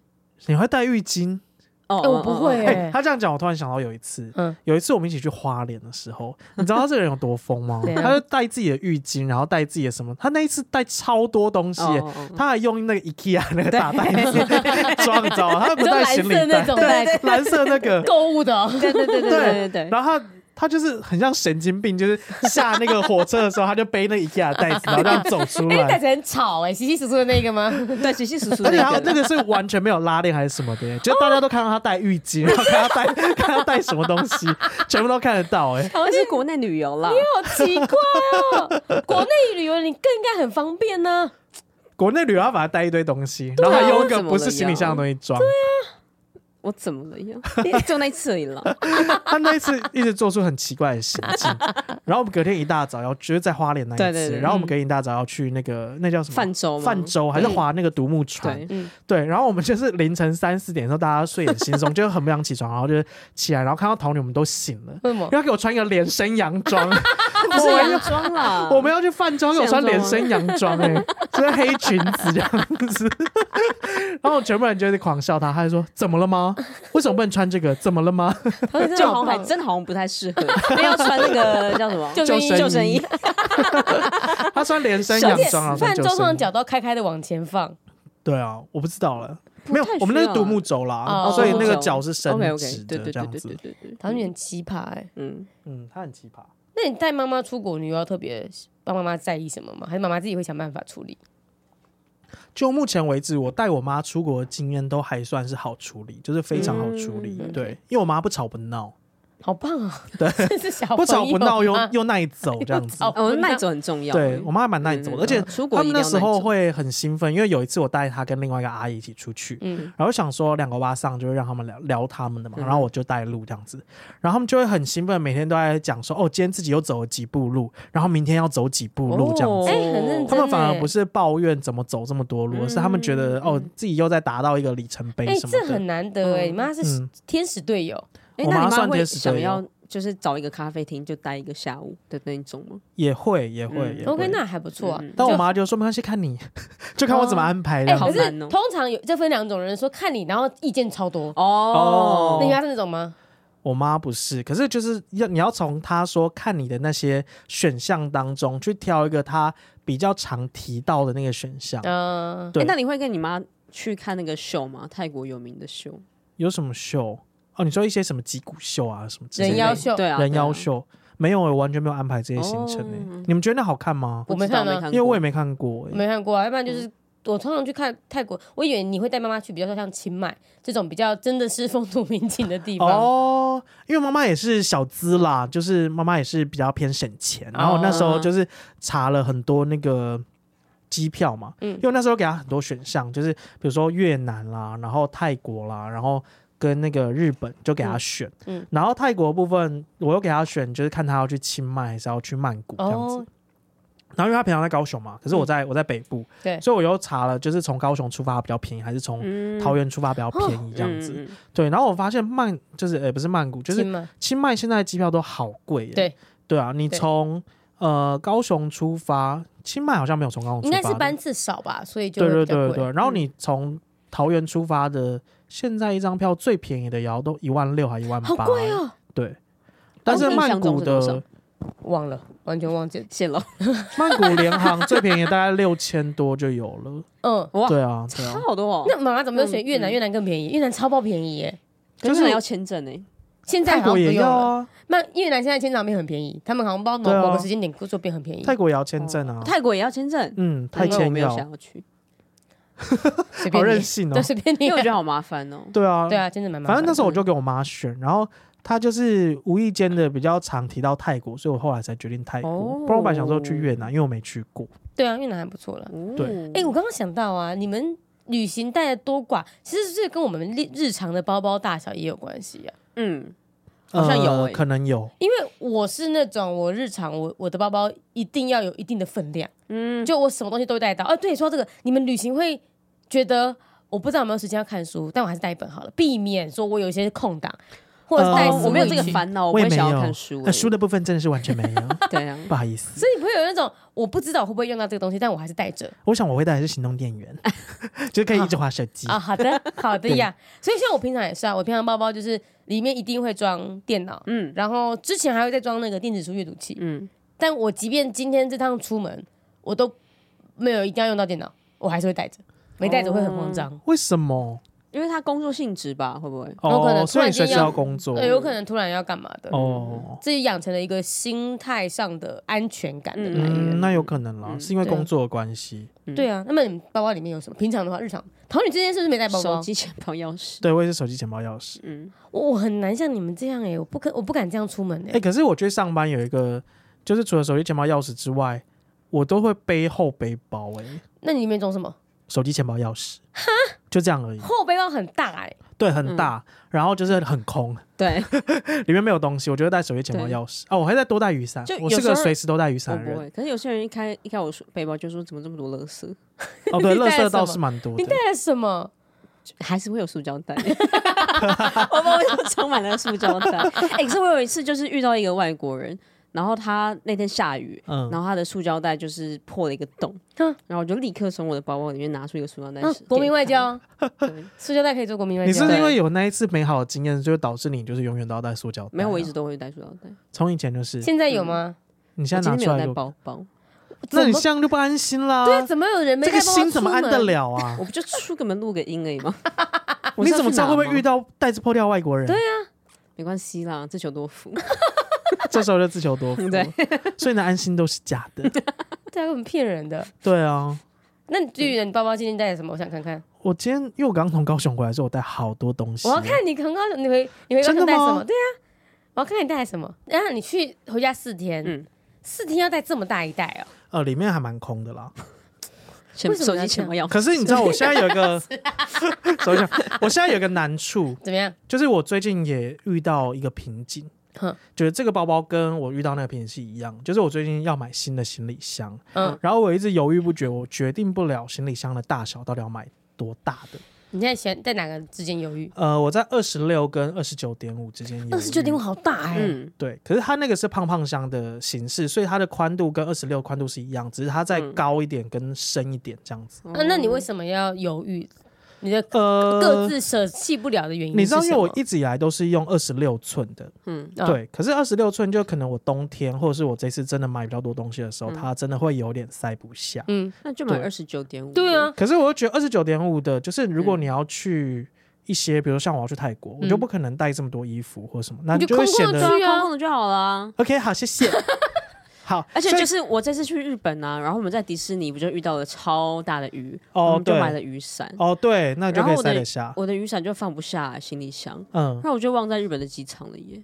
你会带浴巾？
哦
哎我不会耶
哎，他这样讲，我突然想到有一次，
嗯
有一次我们一起去花莲的时候，你知道他这个人有多疯吗？
怎样
他就带自己的浴巾，然后带自己的什么，他那一次带超多东西
哦
耶，
嗯
他还用那个 IKEA 那个大袋子 装，你知道吗？他不带行李
你
袋，
说蓝色那种
对
袋子
蓝色那个，
购 物的、哦
对对对对对对对，
然后他。他就是很像神经病，就是下那个火车的时候，他就背那 IKEA 的袋子，然后这样走出
哎、袋
来。
子很吵哎、洗洗簌簌的那个吗？
对洗洗簌簌
而且他
那
那
个，
个是完全没有拉链还是什么的耶，就大
哦
家都看到他带浴巾，然后看他带看他带什么东西，全部都看得到。哎，
好像是国内旅游啦。
好奇怪哦，国内旅游你更应该很方便呢、
国内旅游他把它带一堆东西，然后
啊
还用一个
为什么
不是行李箱的东西装。
我怎么了呀？就那一次而已啦。
他那一次一直做出很奇怪的行 径，然后我们隔天一大早要就是在花莲那一次，
对对对嗯
然后我们隔天一大早要去那个那叫什么
泛舟吗
泛舟还是划那个独木船？
对，
嗯，
对，然后我们就是凌晨三四点的时候，大家睡眼惺忪，就很不想起床，然后就是起来，然后看到桃女，我们都醒了，
为什么？
要给我穿一个连身洋 装，
哦不是洋装啦，
我们要去泛舟，给我穿
是洋
连
装
身洋装、欸，哎，就是黑裙子这样子。 然后全部人就是狂笑他，他就说：“怎么了吗？为什么不能穿这个？怎么了吗？”
桃姐真
就
的
好
好
像还
棒，
真的好像不太适合， 因为要穿那 个叫什么
救生衣
救生衣，
他穿连身
而
洋
且
装啊，
饭
就
桌上
是
的脚都开开的往前放，
对啊，我不知道了，
不
没有
太，
我们那
需
是
要
独木舟啦
哦，
所以那
独
个
木舟
脚是伸
OK OK，
直
对
的这
对对
样
对
子
对。对对，
桃女很奇葩哎、
嗯，
嗯，他很奇葩。
那你带妈妈出国，你有要特别帮妈妈在意什么吗？还是妈妈自己会想办法处理？
就目前为止，我带我妈出国的经验都还算是好处理，就是非常好处理。
嗯
对，因为我妈不吵不闹，
好棒啊！对， 这是小
不吵
朋友
不闹又
啊
又耐走这样子。
哦
哦，耐走很重要，
对我妈还蛮耐走的，
嗯
而且
出国
他
一
们
定
那
要
时
耐
候
走
会很兴奋，因为有一次我带她跟另外一个阿姨一起出去，
嗯
然后想说两个巴上就会让他们聊聊他们的嘛，
嗯
然后我就带路这样子，然后他们就会很兴奋，每天都在讲说哦，今天自己又走了几步路，然后明天要走几步路这样
哦
子。
哎、很认真、欸。
他们反而不是抱怨怎么走这么多路，而是他们觉得哦，自己又在达到一个里程碑
哎、
什么
这
的。
很难得哎、
嗯
你妈是
嗯
天使队友，
我
哎，那
妈
你妈
算
会
天使哦
想
队友
要就是找一个咖啡厅就待一个下午的那一种吗？
也会，也会，
嗯
也会
OK，那还不错啊。
嗯嗯
但我
就
妈就说没关系，看你， 就看我怎么安排这
哎、
样
好
可
子。
是
难哦
通常有这分两种人，说看你，然后意见超多。
哦
哦
那你妈是那种吗？
我妈不是，可是就是要你要从她说看你的那些选项当中去挑一个她比较常提到的那个选项。
嗯、
对
哎那你会跟你妈去看那个秀吗？泰国有名的秀，
有什么秀？哦，你说一些什么击鼓秀啊，什么之类的
人妖秀
对啊，
人妖
对啊，
秀没有、欸，我完全没有安排这些行程诶、
哦
你们觉得那好看吗？
我
不
没
知道
看啊
没看过，
因为我也没看过、欸，
没看过啊，要不然就是。我通常去看泰国，我以为你会带妈妈去比较像清迈这种比较真的是风土民情的地方。
哦，因为妈妈也是小资啦，就是妈妈也是比较偏省钱，然后我那时
嗯
候就是查了很多那个机票嘛，
嗯
因为我那时候给她很多选项，就是比如说越南啦，然后泰国啦，然后。跟那个日本就给她选，
嗯嗯
然后泰国的部分我又给她选，就是看她要去清迈还是要去曼谷这样子。
哦，嗯
然后因为她平常在高雄嘛，可是我在、我在北部，
对
所以我又查了，就是从高雄出发比较便宜，还是从
嗯
桃园出发比较便宜这样子。
嗯嗯嗯
对，然后我发现曼就是呃不是曼谷，就是
清迈
清迈现在机票都好贵耶。
对
对啊，你
对
从呃高雄出发，清迈好像没有从高雄出
应
发
该
的，
是班次少吧，所以就
对
会
对
比较贵
对对。然后你从桃园出发的，现在一张票最便宜的也要都一万六还一万
好
八，
贵哦，
对。但是
印象
曼
中
谷
是多少
的
忘了，完全忘记了。
谢了，
曼谷联航最便宜大概六千多就有了。
嗯，
哇
对啊，对
差
啊，
好多哦。
那妈妈怎么没有选越南？
嗯嗯
越南更便宜，越南超爆便宜耶！
可
就是
是要签证哎，
现在
泰
好
国
像不
也
用
要
了。
啊，
那越南现在签证也很便宜，他们好像包某
对啊
某个时间点做变很便宜
泰，国也要签证啊。
哦泰国也要签证，
嗯，泰
因为我
签
没有
要
想，要去，
随
好
便
任
你，
性哦
对，。随便你
因为。我觉得好麻烦哦。
对啊，
对啊，签证蛮麻
反
烦
正
的。
那时候我就给我妈选，然后她就是无意间的比较常提到泰国，所以我后来才决定泰国。
哦
不然我本来想说去越南，因为我没去过。
对啊，越南还不错了。
对
哦
哎、我刚刚想到啊，你们旅行带的多寡，其实是跟我们日日常的包包大小也有关系啊。
嗯，好像有
呃
欸
可能有。
因为我是那种我日常我我的包包一定要有一定的分量，
嗯，
就我什么东西都会带到。啊，对，说到这个，你们旅行会觉得我不知道有没有时间要看书，但我还是带一本好了，避免说我有一些空档，或者是带、
呃
哦我没有这个烦恼，我不
也
会
没
想要
有
看书
呃
欸。
书的部分真的是完全没有，
对啊，
不好意思。
所以你不会有那种我不知道我会不会用到这个东西，但我还是带着
我想我会带的是行动电 源，就是可以一直滑手机。
啊。好的，好的呀。所以像我平常也是啊，我平常包包就是里面一定会装电脑，
嗯
然后之前还会再装那个电子书阅读器。
嗯，
但我即便今天这趟出门，我都没有一定要用到电脑，我还是会带着。没带着会很慌张，
为什么？
因为他工作性质吧，会不会？
有可
哦，
能突
所以
然
你随
间
时
要
要工作。
对，有可能突然要干嘛的，
哦，
自己养成了一个心态上的安全感的来源。
嗯，那有可能啦，
嗯
是因为
对啊
工作的关系。
嗯
对啊，那么你们包包里面有什么？平常的话，日常，桃女之前是不是没带包
手
包？
机、钱包、钥匙，
对，我也是手机、钱包、钥匙。
嗯，
我我很难像你们这样哎、我不可我不敢这样出门哎、
哎、可是我觉得上班有一个，就是除了手机、钱包、钥匙之外，我都会背后背包、欸。哎，
那你里面装什么？
手机、钱包、钥匙，就这样而已。
后背包很大哎、
对，很
嗯
大，然后就是很空，
对，
里面没有东西。我就会带手机、钱包、
对
钥匙。哦，我还再多带雨伞
就。
我
有
是
时
个
候
随时都带雨
我
伞的
不
人。
会。可是有些人一开一开我说背包就说怎么这么多垃圾，
哦， 对，
你
垃
带了
圾倒
什么
是蛮多
你
的
带。了什么？
就还是会有塑胶袋。我不知道为什么充满了塑胶 袋。哎、可是我有一次就是遇到一个外国人，然后他那天下雨，
嗯
然，后他的塑胶袋就是破了一个洞，
哼
然后我就立刻从我的包包里面拿出一个塑胶袋、
啊，国民外
给他。
交，
对
塑胶袋可以做国民外
你是
交
不。是
对
因为有那一次美好的经验，就导致你就是永远都要带塑胶袋啊？
没有，我一直都会带塑胶袋。
从以前就是，
现在有吗？
你
我
现在
今
拿
天没
出
有
来
带
就，
包包，
嗯那你
怎么
这样就不安心啦。
对啊，怎么有人没
这
带
个
包包
心怎么安得
出门？
了啊
我？不就出个门录个音而已吗？ 我
你
是要
怎么
去
知道会
哪
不会
吗
遇到带子破掉的外国人？对啊，
没关系啦，自求多福。
这时候就自求多福。
对，
所以你的安心都是假的。
对啊，根本骗人的。
对啊，
那你至于你包包今天带了什么？我想看看。
我今天因为我刚从高雄回来，所以我带好多东西。
我要看你很高，你回你回高
真的
雄带什么？
吗
对啊，我要看你带了什么。然后你去回家四天
嗯，
四天要带这么大一袋哦。
呃，里面还蛮空的啦。
钱
为什么
手
要
机
这
钱
样
包要。
可是你知道，我现在有一个，
啊
首先我现在有一个难处，
怎么样？
就是我最近也遇到一个瓶颈
哼。
觉得这个包包跟我遇到那个瓶颈是一样，就是我最近要买新的行李箱，
嗯，
然后我一直犹豫不决，我决定不了行李箱的大小到底要买多大的。
你现在选在哪个之间犹豫？
呃，我在二十六跟二十九点五之间，
二十九点五。好大哎、
嗯，
对，可是它那个是胖胖箱的形式，所以它的宽度跟二十六宽度是一样，只是它再
嗯
高一点跟深一点这样子。
哎啊那、那你为什么要犹豫？你的
呃，
各自舍弃不了的原因
你知
是什么？
道，因为我一直以来都是用二十六寸的，
嗯
啊
对。可是二十六寸就可能我冬天或者是我这次真的买比较多东西的时候，它真的会有点塞不下。
嗯，
那就买
对
二十九点五。
对，啊，
可是我又觉得二十九点五的，就是如
嗯
果你要去一些，比如像我要去泰国，我就不可能带这么多衣服或什么，那
你
就
就
会
空空
显
地
得
去
对
对
啊，
啊
空空的就好啦。
OK，好，谢 谢。好，
而且
所以
就是我这次去日本啊，然后我们在迪士尼不就遇到了超大的雨，我
哦
们，就
对，
买了雨伞，
哦，对，那就
然
可
后
以
我
塞
的
得下。
我的雨伞就放不下行李箱，
嗯，
那我就忘在日本的机场了耶。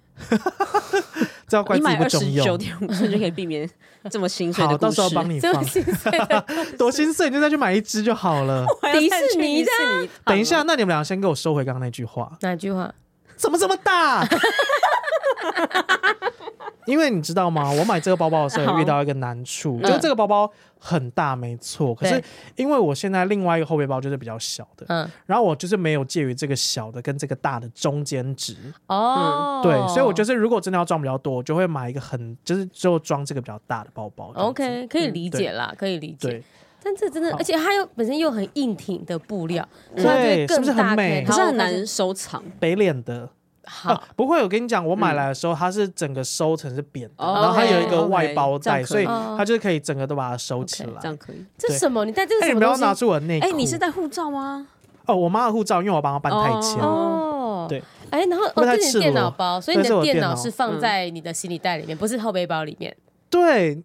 这要怪
你
自己
买
不
二
中
十九
用。
点五寸就可以避免这么心碎
好，
的
到
故
时候帮
事。
你
这么
放。
心碎的。
多心碎，你就再去买一只就好了。
迪士尼的
的，
等一下，，那你们俩先给我收回刚刚那句话。
哪句话？
怎么这么大？ 因为你知道吗？我买这个包包的时候也遇到一个难处，
嗯
就是这个包包很大，没错。可是
对
因为我现在另外一个后背包就是比较小的，
嗯，
然后我就是没有介于这个小的跟这个大的中间值，
哦，
对，所以我就是如果真的要装比较多，我就会买一个很就是只有装这个比较大的包包。这样子嗯
OK 可以理解啦，可以理解
对。，
但这真的，
好
而且它又本身又很硬挺的布料，所以它就
对
会
是不是
更
很
大
美
看
可
起
是
来
很难收藏。
北脸的
好
啊，不会，我跟你讲，我买来的时候它是整个收成是扁的，
嗯哦
然后它有一
OK，
个外
OK，
包
这样
袋，
可哦
所以
以哦
它就是可以整个都把它收起
OK，
来
这。样可以。
这
对
什么？你带这个
哎、
什
你
么
不要
东西？
拿出我的内裤！
哎，你是带护照吗？
哦，我妈的护照，因为我帮她办太签。
哦
哦，
对，
哎，然后
不
哦，
太
这是你
赤
的电
裸
脑包，所以你
对是我
的
的
电
电
脑
脑
是放在你的行李袋里面，不是后背包里面。
对，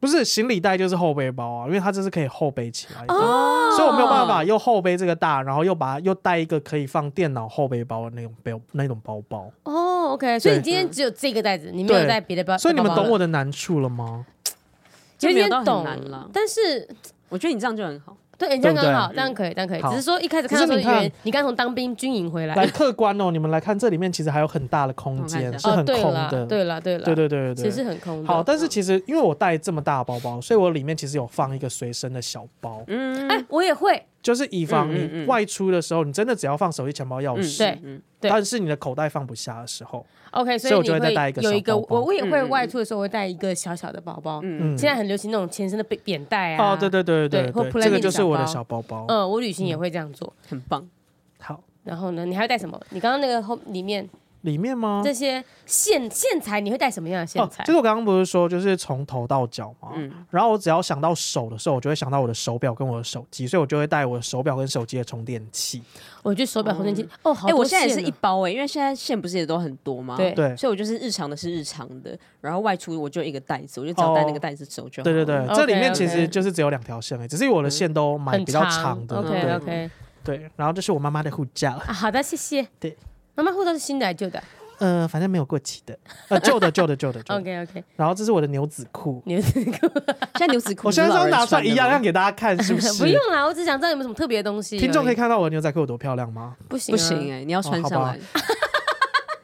不是行李袋就是后背包啊，因为它这是可以后背起来的，
哦
所以我没有办法又后背这个大，然后又把又带一个可以放电脑后背包的那种背那种包包。
哦，OK，所以
对
你今天只有这个袋子，你没有
对
带别的
呃
包，
所以你们
包包
懂
了
我，的难处了吗？
有
这没有
点
到很
懂
难啦
但是
我觉得你这样就很好。
对，人家
对不对
刚好，这样可以，这样可以。
好
只是说一开始
可
看
是
到说
你看
原你刚从当兵军营回来，
来客观哦，你们来看这里面其实还有很大的空
我看一
间，
下
是
哦，
很
对
空
啦
的。
对啦，对啦，
对对对对
其实是
对。
很嗯空的。哦
好，，但是其实因为我带这么大的包包，所以我里面其实有放一个随身的小包。
嗯，
哎，我也会，
就是以防
嗯嗯
你
嗯
外出的时候，你真的只要放手机、钱包、钥匙，
对
嗯，
对
但是你的口袋放不下的时候，
OK，
所以
以
我
你
就会再带一个
有
小
一个，
包包
我我也会
嗯嗯嗯
外出的时候会带一个小小的包包。
嗯
嗯
现在很流行那种前身的扁扁带啊。
哦，对。对对对
对或
这个
Playmate
就是我的小
小
包包。
嗯，我旅行也会这样做。
很棒。
好，
然后呢，你还会带什么？你刚刚那个后
嗯
里面
里面吗？
这些线线材，你会带什么样的线
哦，
材
就？是我刚刚不是说，就是从头到脚嘛。
嗯
然后我只要想到手的时候，我就会想到我的手表跟我的手机，所以我就会带我的手表跟手机的充电器。
我去手表充电
嗯
器。哦，好
哎，
多
我现在也是
线
一
哦
包哎，因为现在线不是也都很多吗？
对
对，
所以我就是日常的是日常的，然后外出我就一个袋子，我就只要带那个袋子走就好
对
了。
对对，
OK，
这里面其实
OK
就是只有两条线而已，只是我的线都买
嗯很
比较长的。
OK
对
OK
对，然后这是我妈妈的护照，
啊，好的，谢谢。
对，
妈妈护照是新的还是旧的？
呃，反正没有过期的，呃，旧的旧的旧的旧的。
OK OK，
然后这是我的牛仔裤，
你们
现在牛仔裤
我
不是
现在
老
要
人
拿出来
穿的
一样
吗
样给大家看， 是不是？
不用啦，我只想知道有没有什么特别的东西而已。
听众可以看到我的牛仔裤有多漂亮吗？
不行
不
啊
行哎、你要穿
哦好
上
吧
来。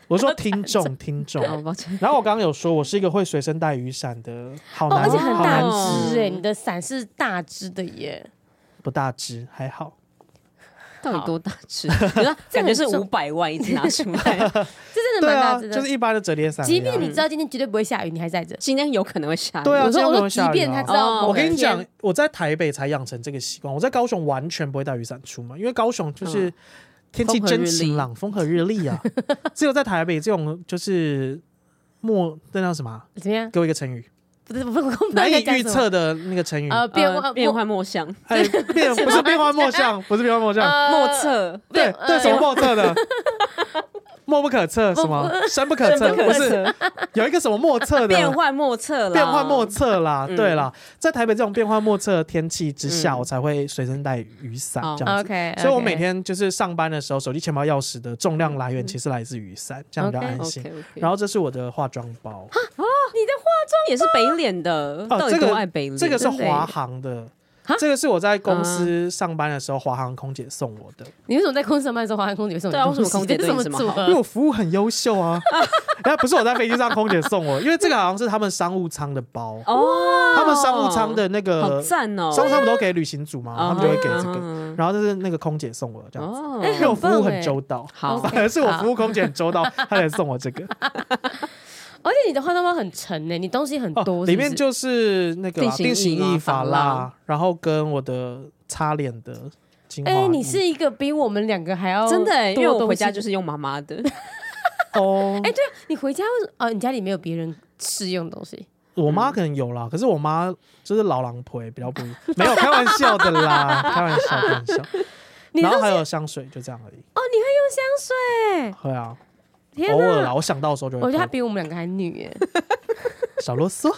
我 说听众，听众。
哦，抱 歉，
然后我刚刚有说，我是一个会随身带雨伞的，好
哦，
难，
而且很
好
大
难
只
哦
哎，你的伞是大只的耶，
不大只，还好。
到底多大 只？你说感觉是
这很重
五百万一直拿出来，
这真的
对
蛮大
啊，
只
就
的
是。一般的折叠伞一
即
样。啊
便你知道今天绝对不会下雨，你还在这。
今天有可能会下雨。
对啊
我
这
说
样
我
怎
说，
么
即
下雨
便
啊
他知道
哦
某
我跟
一
你讲
天，，
我在台北才养成这个习惯，我在高雄完全不会带雨伞出门，因为高雄就是天气真晴朗，风和日丽啊。只有在台北这种就是莫那叫什么啊？
怎么样？
给我一个成语，
不是，不是，我根本不知道
难以
该讲
预
什么
测的那个成语。
呃变化
呃变幻莫想，
哎，变不是变幻莫象，不是变幻莫象，
呃
莫测。
对
呃
对，什么莫测的？莫不可测，什么深不可测？不是
测
有一个什么莫测的
变幻莫测啦，
啊变幻莫测啦，
嗯
对啦，在台北这种变幻莫测的天气之下，
嗯
我才会随身带雨伞
哦
这样子。
OK，
所以我每天就是上班的时候，手机、钱包、钥匙的重量来源其实来自雨伞，这样比较
OK
安心。
嗯 OK OK，
然后这是我的化妆包，
也是北脸的，
哦
到底
这个
多爱北脸？
这个是
真的耶
华航的。这个是我在公司上班的时候，华航空姐送我的，
你为什么在空姐上班的时候，华航空姐送你
对啊
东西
为什么空姐
这
对
是
你
什
这么
组
好
因为
合？
我服务很优秀 啊。然后不是我在飞机上空姐送我，因为这个好像是他们商务舱的包，
哦，
他们商务舱的那
好
个
赞哦，
商务舱不都给旅行
嗯
组吗？他们就会给这个。
个
然后这是那个空姐送我的这样子，
哦
哎，
因为我服务
很棒
很
欸
周到，哦
好
反而是我服务空姐很周 到，她才送我这个。
而且你的化妆包很沉呢，你东西很多，
哦，里面就是那个啦
定
定型
型液
液、
吗
法
法
拉
拉，
然后跟我的擦脸的精华液。
哎，你是一个比我们两个还要
真的欸耶，因为
哦多
我回
东西
家就是用妈妈 的，
哦，哎，对，
你回家为什么？哦，你家里没有别人试用的东西，
我妈可能有啦，可是我妈就是老狼婆，比较不没有开玩笑的 啦，开玩笑，开玩笑。
你
然
都
后
是
还有香水，就这样而已。
哦，你会用香水？
对啊，
天
偶尔啦，
哪！
我想到的时候就
我
会
觉得她
喷。
比我们两个还女耶。
少啰嗦，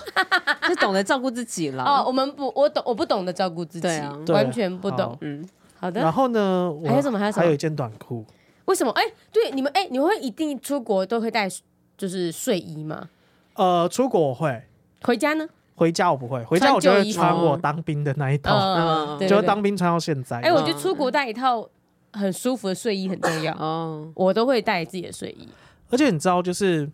就懂得照顾自己 啦。
哦，我们不，我懂，我不懂得照顾自己
对啊，
对
完全不懂
好。
嗯，
好的
然，后呢？我
还有什么还有什么
还有一件短裤。
为什么？哎、对，你们哎、你们会一定出国都会带就是睡衣吗？
呃，出国我会，
回家呢？
回家我不会，回家我就
穿旧
会
衣服
穿我当兵的那一套，
嗯，
嗯
对
就
对
是
对。
当兵穿到现在。
哎、我觉得出国带一套很舒服的睡衣很重要，
哦，
我都会带自己的睡衣。
而且你知道，就是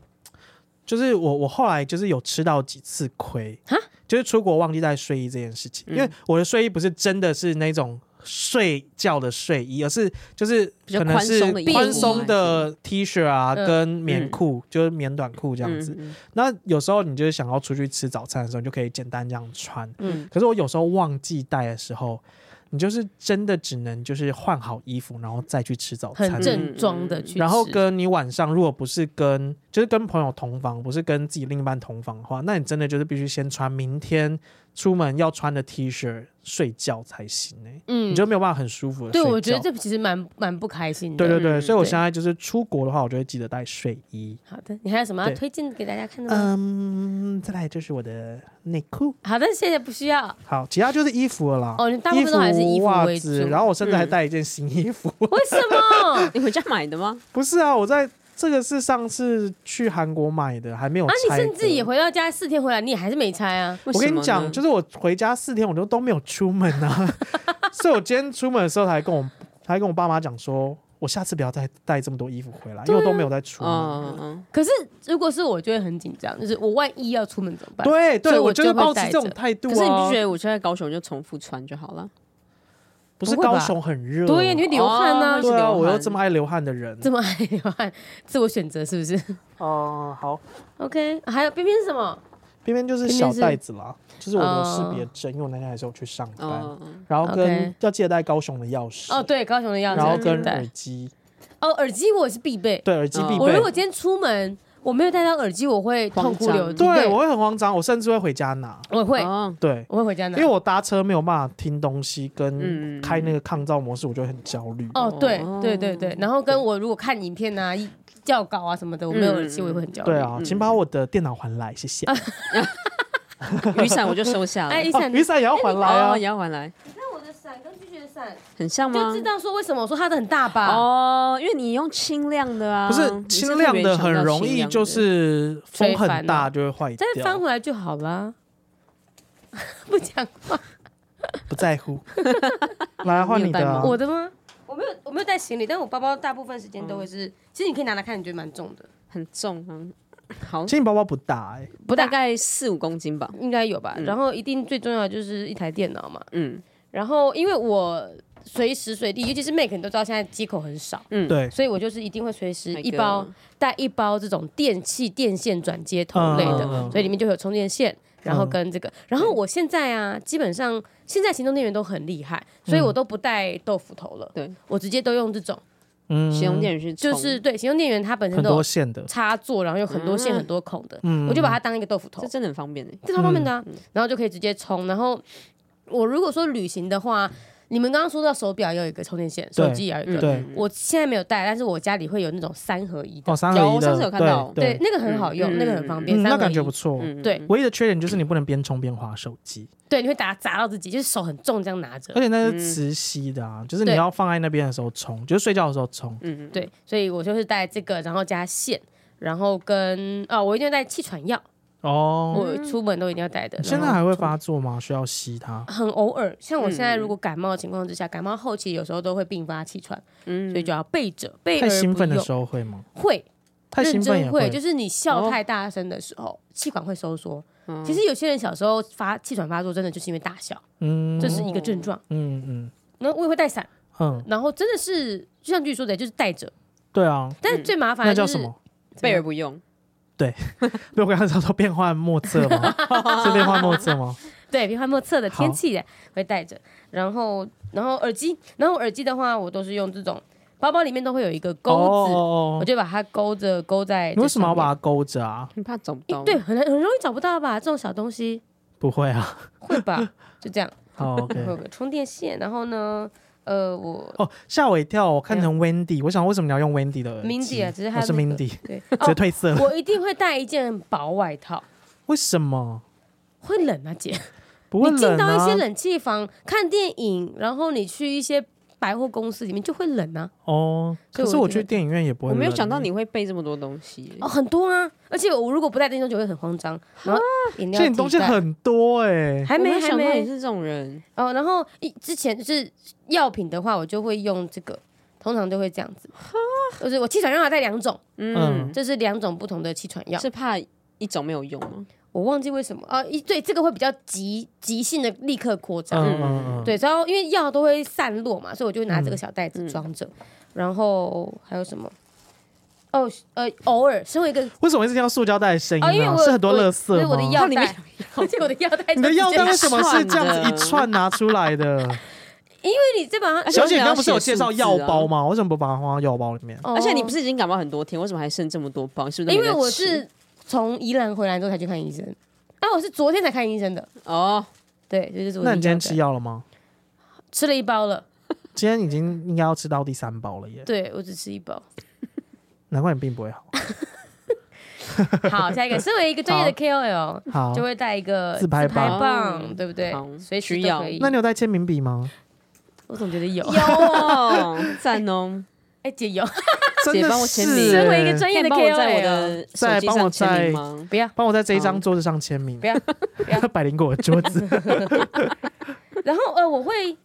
就是我我后来就是有吃到几次亏，就是出国忘记带睡衣这件事情，
嗯
因为我的睡衣不是真的是那种。睡觉的睡衣，而是就是
比较
可能是
宽松的衣服
宽松的 T 恤啊，
嗯
跟棉裤，就是棉短裤这样子。
嗯，
那有时候你就是想要出去吃早餐的时候，你就可以简单这样穿。
嗯
可是我有时候忘记带的时候，你就是真的只能就是换好衣服，然后再去吃早餐
很。正装的去吃，
然后跟你晚上如果不是跟就是跟朋友同房，不是跟自己另一半同房的话，那你真的就是必须先穿明天出门要穿的 T 恤睡觉才行哎、
嗯
你就没有办法很舒服的
对，我觉得这其实蛮蛮不开心的。
对对对，
嗯？
所以我
对
现在就是出国的话，我就会记得带睡衣。
好的，你还有什么要
对
推荐给大家看的吗？
嗯，再来就是我的内裤。
好的，谢谢，不需要。
好，其他就是衣服了啦。
哦你大部分都还是衣服
袜
为
子，
主嗯
然后我甚至还带一件新衣服。
为什么
嗯你回家买的吗？
不是啊，我在这个是上次去韩国买的，还没有
啊，你
哦拆的。
甚至也回到家四天回来，你也还是没拆啊？
我
为什
跟你
么
讲，
呢
就是我回家四天，我都都没有出门啊， 所以我今天出门的时候才跟我才跟我爸妈讲说，我下次不要再带这么多衣服回来，
啊
因为我都没有再出门。
嗯嗯
可是如果是我，就会很紧张，就是我万一要出门怎么办？
对
所
对，
以
我
我
就
就是会
保持
带
这种
着
态度
可
啊。
是你不觉得我就在高雄就重复穿就好了？
不是
不会吧
高雄很热？
对呀，你会流汗呢、
哦
对
流
啊，
汗
我又这么爱流汗的人。
这么爱流汗，自我选择是不是
哦、好，
？OK，还有边边是什么？
偏偏就是
偏
小
偏是
袋子啦，就是我的
哦
识别证，因为我那天还是有去上班，
嗯，
然后跟
OK
要记得带高雄的钥匙，
哦，对，高雄的钥匙，
然后跟
对
耳机，
哦，耳机我也是必备。
对，耳机必
哦
我
备
如。果今天出门我没有带到耳机，我会痛哭流涕。
对，我会很慌张，我甚至会回家拿。
我会，
哦
对，
我会回家
因
拿
为。我搭车没有办法听东西，跟
嗯
开那个抗噪模式，我就会很焦虑。
哦，对
哦
对对对，然后跟我如果看影片啊、一教稿啊什么的，我没有耳机，
嗯
我也会很焦虑。
对啊，请把我的电脑还来，谢谢。
雨伞我就收下了，
哎，雨
哦
伞，
雨伞也要还来
哦
啊
也！要还来，
那我的伞伞跟拒绝伞，
很像吗
就？知道说为什么我说它的很大吧？
哦，因为你用轻量的啊，
不是
你
轻
特
量
别
的，
强
很
调
容
轻
易
量
就
的
是风
吹翻
很大
了
就会坏
再翻
掉，
回来就好啦。 不讲话，
不在乎。来换
你有
你的
带
啊，
吗
我的吗？我没有，我没有带行李，但我包包大部分时间都会是，其实你可以拿来看，你觉得蛮重的，
很重啊。好
其，实你包包不大哎，
不
大
大，
概四五公斤吧。
应该有吧。然后一定最重要的就是一台电脑嘛。
嗯
然后因为我随时随地，尤其是 Mac，你都知道现在接口很少，
嗯，
对，
所以我就是一定会随时
那
一
个
包带一包这种电器电线转接头类的，
嗯
所以里面就有充电线，然后跟这个。然后我现在啊，基本上现在行动电源都很厉害，所以我都不带豆腐头了，
对
我直接都用这种，
嗯
使用电源去充
就是对行动电源它本身
很
都
多
有
线的，
插座，然后有很多线、很多孔的，
嗯
我就把它当一个豆腐头
这，真的很方便欸诶。
这超方便的、啊，然后就可以直接充。然后我如果说旅行的话，你们刚刚说到手表要有一个充电线，
对
手机也要有
嗯
一个。
对
我现在没有带，但是我家里会有那种三合一的，
哦，三合
有
一
我上次
的，
有看到
对
对，，那个很好用，
嗯
那个很方便，
嗯，
三合
那
一
感觉不错。
嗯，
对
唯一的缺点就是你不能边充边划手机，
对，你会打砸到自己，就是手很重这样拿着
而。且那是磁吸的啊，就是你
嗯对
要放在那边的时候充，就是睡觉的时候充。
嗯，
对，所以我就是带这个，然后加线，然后跟啊、我一定要带气喘药，
哦，
嗯我出门都一定要带的。
你现在
然后
还会发作吗？需要吸它？
很偶尔，像我现在
嗯
如果感冒的情况之下，感冒后期有时候都会并发气喘，
嗯，
所以就要备着，备
太
而
兴
不
奋的
用。
时候会吗？
会
太兴
认
奋
真
也
会，就是你
哦
笑太大声的时候，气管会收缩。
嗯
其实有些人小时候发气喘发作，真的就是因为大笑，
嗯
这是一个症
哦
状。
嗯嗯
那我也会带伞，
嗯，
然后真的是就像据说的，就是带着。
对啊，
但是最麻烦
那
的就
叫
是
什么？
嗯
备而不用。
对我刚才说变幻莫测吗？ 是变幻莫测吗？
对，变幻莫测的
好
天气会带着，然后然后耳机，然后耳机的话，我都是用这种包包里面都会有一个 钩子，
哦
我
哦
就把它勾着勾在。
你为什么要把？它勾着啊？
你怕找不
诶
到？
对，，很难很容易找不到吧？这种小东西
不会啊。
会 吧？就这样，
好
会有
，OK。
个充电线，然后呢，呃，我
哦，吓我一跳，我看成 Wendy，我想为什么你要用 Wendy 的耳机
Mindy 啊只是它
我是
那个
Mindy，
对，
直接
哦，
褪色了。
我一定会带一件薄外套，
为什么？
会冷啊，姐。
不会
你进
冷
到一些
啊？
冷气房看电影，然后你去一些百货公司里面就会冷啊，
哦，
所以
可是
我
我
觉得
去电影院也不会
我
冷欸。
没有想到你会备这么多东西欸。
哦，很多啊。而且我如果不带这些东西，我会很慌张。然后饮料
所以你东西
自己带
很多哎、
还没
我
还
想到你
没
是这种人，
哦，然后一之前就是药品的话，我就会用这个，通常都会这样子，就是我气喘药还带两种，
嗯，
这是两种不同的气喘药，
是怕一种没有用吗？
我忘记为什么啊，一对这个会比较急急性的立刻扩张，
嗯嗯嗯，
对，然后因为药都会散落嘛，所以我就拿这个小袋子装着。然后还有什么？哦，呃，偶尔身为一个，
为什么一直听到塑胶袋的声音
啊，因为
呢？
我
是很多垃
所以
圾
我的
吗？
药
它里
袋
面，
而且我的药袋，
你的药袋为什么是
直
这
接
样子一串拿出来 的？
你这把它
而且
小姐，你
为什么要
刚不是有
写
介绍
数字
药
啊
包吗？为什么不把它放到药包里面？
哦
而且你不是已经感冒很多天，为什么还剩这么多包？是不是
因
都没
为
在
我
吃
是从宜兰回来之后才去看医生，啊，我是昨天才看医生的，
哦，
对，这就是我的药袋。
那你今天吃药了吗？
吃了一包了？
今天已经应该要吃到第三包了耶，
对，我只吃一包。
难怪你并不会好。
好，下一个，身为一个专业的 KOL，
好
就，会带一个
自拍棒
棒对不对
好？
随时
需
都
要
可以
那。你有带签名笔吗？
我总觉得有，
有哦， 赞哦，
哎， 姐有。
真
姐
的
帮我
是欸
签名
身为一个专
可
业
以
的
帮
再帮
KOL，
我在我的手机
我
上签
在
名吗？
不要。
帮我在这一张桌子上签名
嗯不，要
百灵果的桌子。
然后呃，我会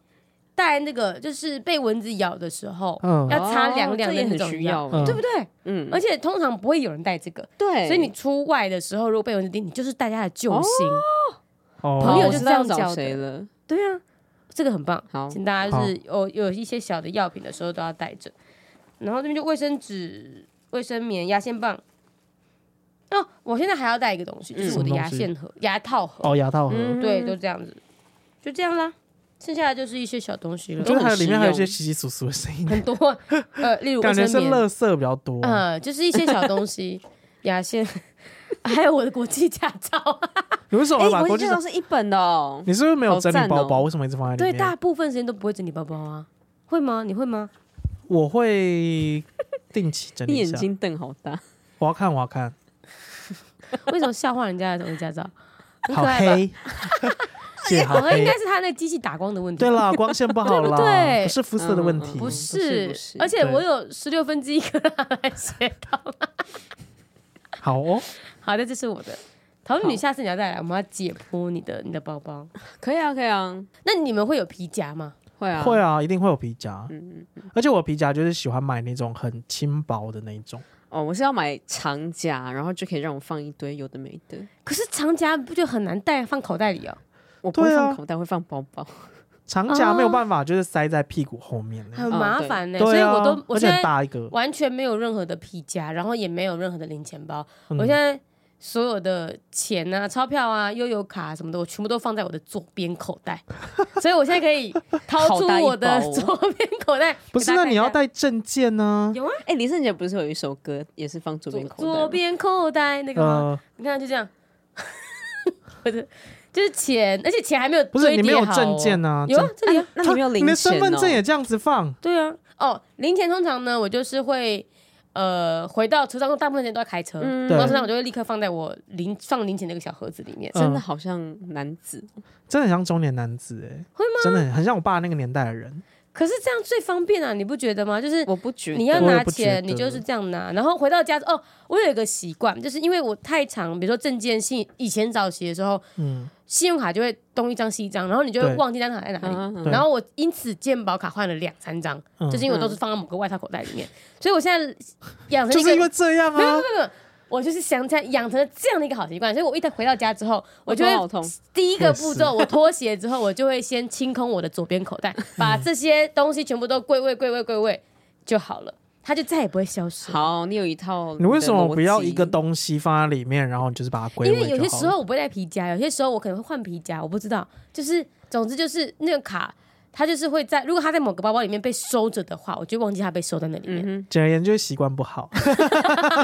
带那个，就是被蚊子咬的时候、
嗯
要擦凉
哦
凉的
这也
那
很
种
需
药，
要，
嗯
对不对？
嗯，
而且通常不会有人带这个，
对，
所以你出外的时候，如果被蚊子叮，你就是大家的救星。
哦
朋友
好
就
我
这
知道
样教
找
的
谁了？
对啊，这个很棒，
好，
请大家就是有有一些小的药品的时候都要带着。然后这边就卫生纸、卫生棉、牙线棒。哦，我现在还要带一个东西，就是
嗯
我
什
的
么
牙
东西
线盒、牙套盒。
哦，牙套盒，
嗯
对，都这样子，就这样啦。剩下的就是一些小东西
我
了
觉，得还有里面还有一些
都很
稀稀疏疏的声音，
很多 呃，例如卫
感觉
生
是
棉，
垃圾比较多。
呃，就是一些小东西，牙线， 还有我的国际驾 照，
你为什么
哎，
把
国
国
际
际
上是一本的哦，
你是不是没有整理包
好
包？
赞哦
为什么一直放在里
对，
面？
大部分时间都不会整理包包啊，会吗？你会吗？
我会定期整
你
理一
眼
下。
睛瞪好大，
我要看，我要看，
为什么笑话人家的国际驾照？很可
好
爱吧？
黑，借
我
哈
们应
黑
该。是他那个机器打光的问题。
啊对啦，光线不好啦，
对不 对
不是肤色的问题，
嗯
不
不是
是，
不是
而且
对
我有十六分之一个 拿来写到。
好哦，
好的，这是我的。桃女，
好
下次你要再来，我们要解剖你的你的包包。
可以啊，可以啊，
那你们会有皮夹吗？
会啊，
会啊，一定会有皮夹，
嗯
而且我皮夹就是喜欢买那种很轻薄的那一种，
哦，我是要买长夹，然后就可以让我放一堆有的没的。
可是长夹不就很难带放口袋里哦，
我不会
对啊
放口袋，会放包包。
长夹
哦
没有办法，就是塞在屁股后面那种
很麻烦呢、所
对
以
啊，
我都我
而且
现
很
在
大一个，
完全没有任何的皮夹，然后也没有任何的零钱包。
嗯
我现在所有的钱啊、钞票啊、悠游卡、什么的，我全部都放在我的左边口袋， 所以我现在可以掏出
好大一包哦
我的左边口袋。
不是，那你要带
带
证件呢？
有啊？
哎、李圣杰不是有一首歌也是放左
左
边口袋吗？
左边口袋那个吗？
呃，
你看就这样， 我的就是钱，而且钱还没有
不是
堆叠
你没有
好哦
证件呢？
有啊，这里啊，
那你没有零
你的
钱、哦？
身份证也这样子放，
对啊，哦，零钱通常呢，我就是会呃回到车上，大部分时间都在开车，
嗯
然后车
对
上我就会立刻放在我零放零钱那个小盒子里面。
嗯
真的好像男子，
真的很像中年男子哎，
会
吗？真的很很像我爸那个年代的人，
可是这样最方便啊，你不觉得吗？就是
我不觉得。
你要
我也
拿
不觉
钱，你就
得
是这样拿，然后回到家哦，我有一个习惯，就是因为我太常，比如说证件信，以前早期的时候，
嗯，
信用卡就会东一张西一张，然后你就会
对
忘记那张卡在哪里。
嗯嗯嗯
对
然后我因此健保卡换了两三张，
嗯
就是因为我都是放在某个外套口袋里面，所以我现在养成
就
一个
是因为这样啊，
我就是想在养成了这样的一个好习惯，所以我一旦回到家之后，我就
觉得好
会
痛。
第一个步骤，我脱鞋之后，我就会先清空我的左边口袋，把这些东西全部都归位、归位、归位就好了，它就再也不会消失。
好，你有一套的逻辑。
你为什么不要一个东西放在里面，然后你就是把它归
因
位就
为
好了？
有些时候我不会带皮夹，有些时候我可能会换皮夹，我不知道。就是总之就是那个卡，它就是会在，如果它在某个包包里面被收着的话，我就忘记它被收在那里面，
嗯
简而言之就是习惯不好，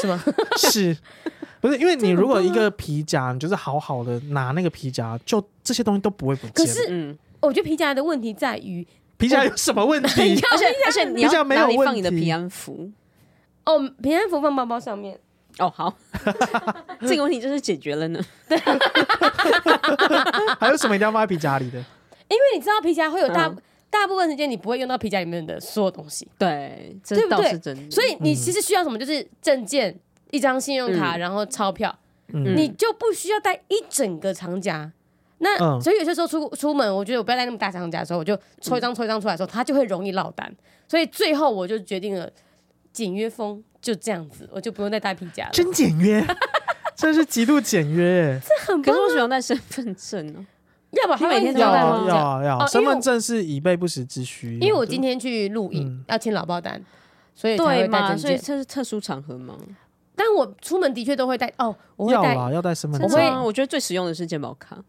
是吗？
是。不是因为你如
啊
果一个皮夹，你就是好好的拿那个皮夹，就这些东西都不会不见。
可
哼
是
嗯，
我觉得皮夹的问题在于，
皮夹有什么问 题？
而且而且你
比较
要
没有
哪里
问
放你的
题
平安符？
哦，平安符放包包上面，
哦，好，这个问题就是解决了呢。
还有什么一定要放在皮夹里的？
因为你知道皮夹会有大、
嗯
大部分时间你不会用到皮夹里面的所有东西，
对，
对
这
不
倒
对
是真的。
所以你其实需要什么，就是证件、一张信用卡，然后钞票，
嗯
你就不需要带一整个长夹。那、
嗯
所以有些时候出出门，我觉得我不要带那么大长夹的时候，我就抽一张抽一张出来的时候，它就会容易落单。所以最后我就决定了简约风就这样子，我就不用再带皮夹了。
真简约，真是极度简约。
可是我喜欢带身份证哦。
要不然它
你
会一
每天
直
都
要
要带
落
吗
单
要啊要
哦因为
啊，
我
身份证是以备不时之需。
因为我今天去录影、
嗯
要签劳保单，所以才会
对
带
嘛？
证
所以
件。
这是特殊场合
哦
嘛？
但我出门的确都会带哦，我会
要
带
啦，要带身份
真
证
的吗？
啊。
我觉得最实用的是健保卡。
哦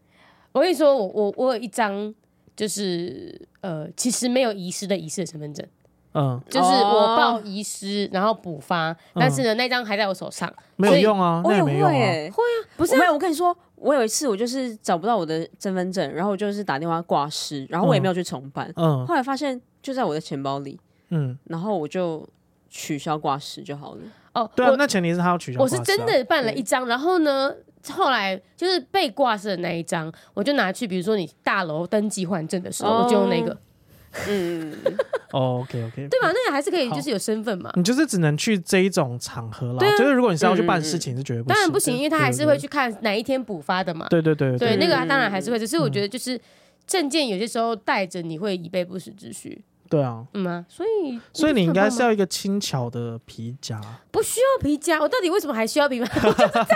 我跟你说，我我我有一张就是呃，其实没有遗失的遗失的身份证，
嗯，
就是我报遗失，然后补发，但是呢，那张还在我手上，
没有用啊，那也没用啊。
欸，会啊，不是、没有。我跟你说，我有一次我就是找不到我的身份证，然后我就是打电话挂失，然后我也没有去重办，
嗯
后来发现就在我的钱包里，
嗯，
然后我就取消挂失就 好了。
哦，
对啊，
我
那前提是他要取消
我
挂失
是
啊。
真的办了一张，然后呢，后来就是被挂失的那一张，我就拿去，比如说你大楼登记换证的时候，
哦
我就用那个，
嗯，
OK OK，
对吧？那个还是可以，
好
就是有身份嘛。
你就是只能去这一种场合啦。
对啊
就是如果你是要去办事情，是绝嗯对不行的。
当然不行，因为他还是会
去。
去看哪一天补发的嘛。
对对对对
对，那个
嗯
当然还是会，只是我觉得就是证件有些时候带着你会以备不时之需。
对啊！
嗯啊，所以
所以你应该是
要
要一个轻巧的皮夹，
不需要皮夹？我到底为什么还需要皮夹？我就是这样，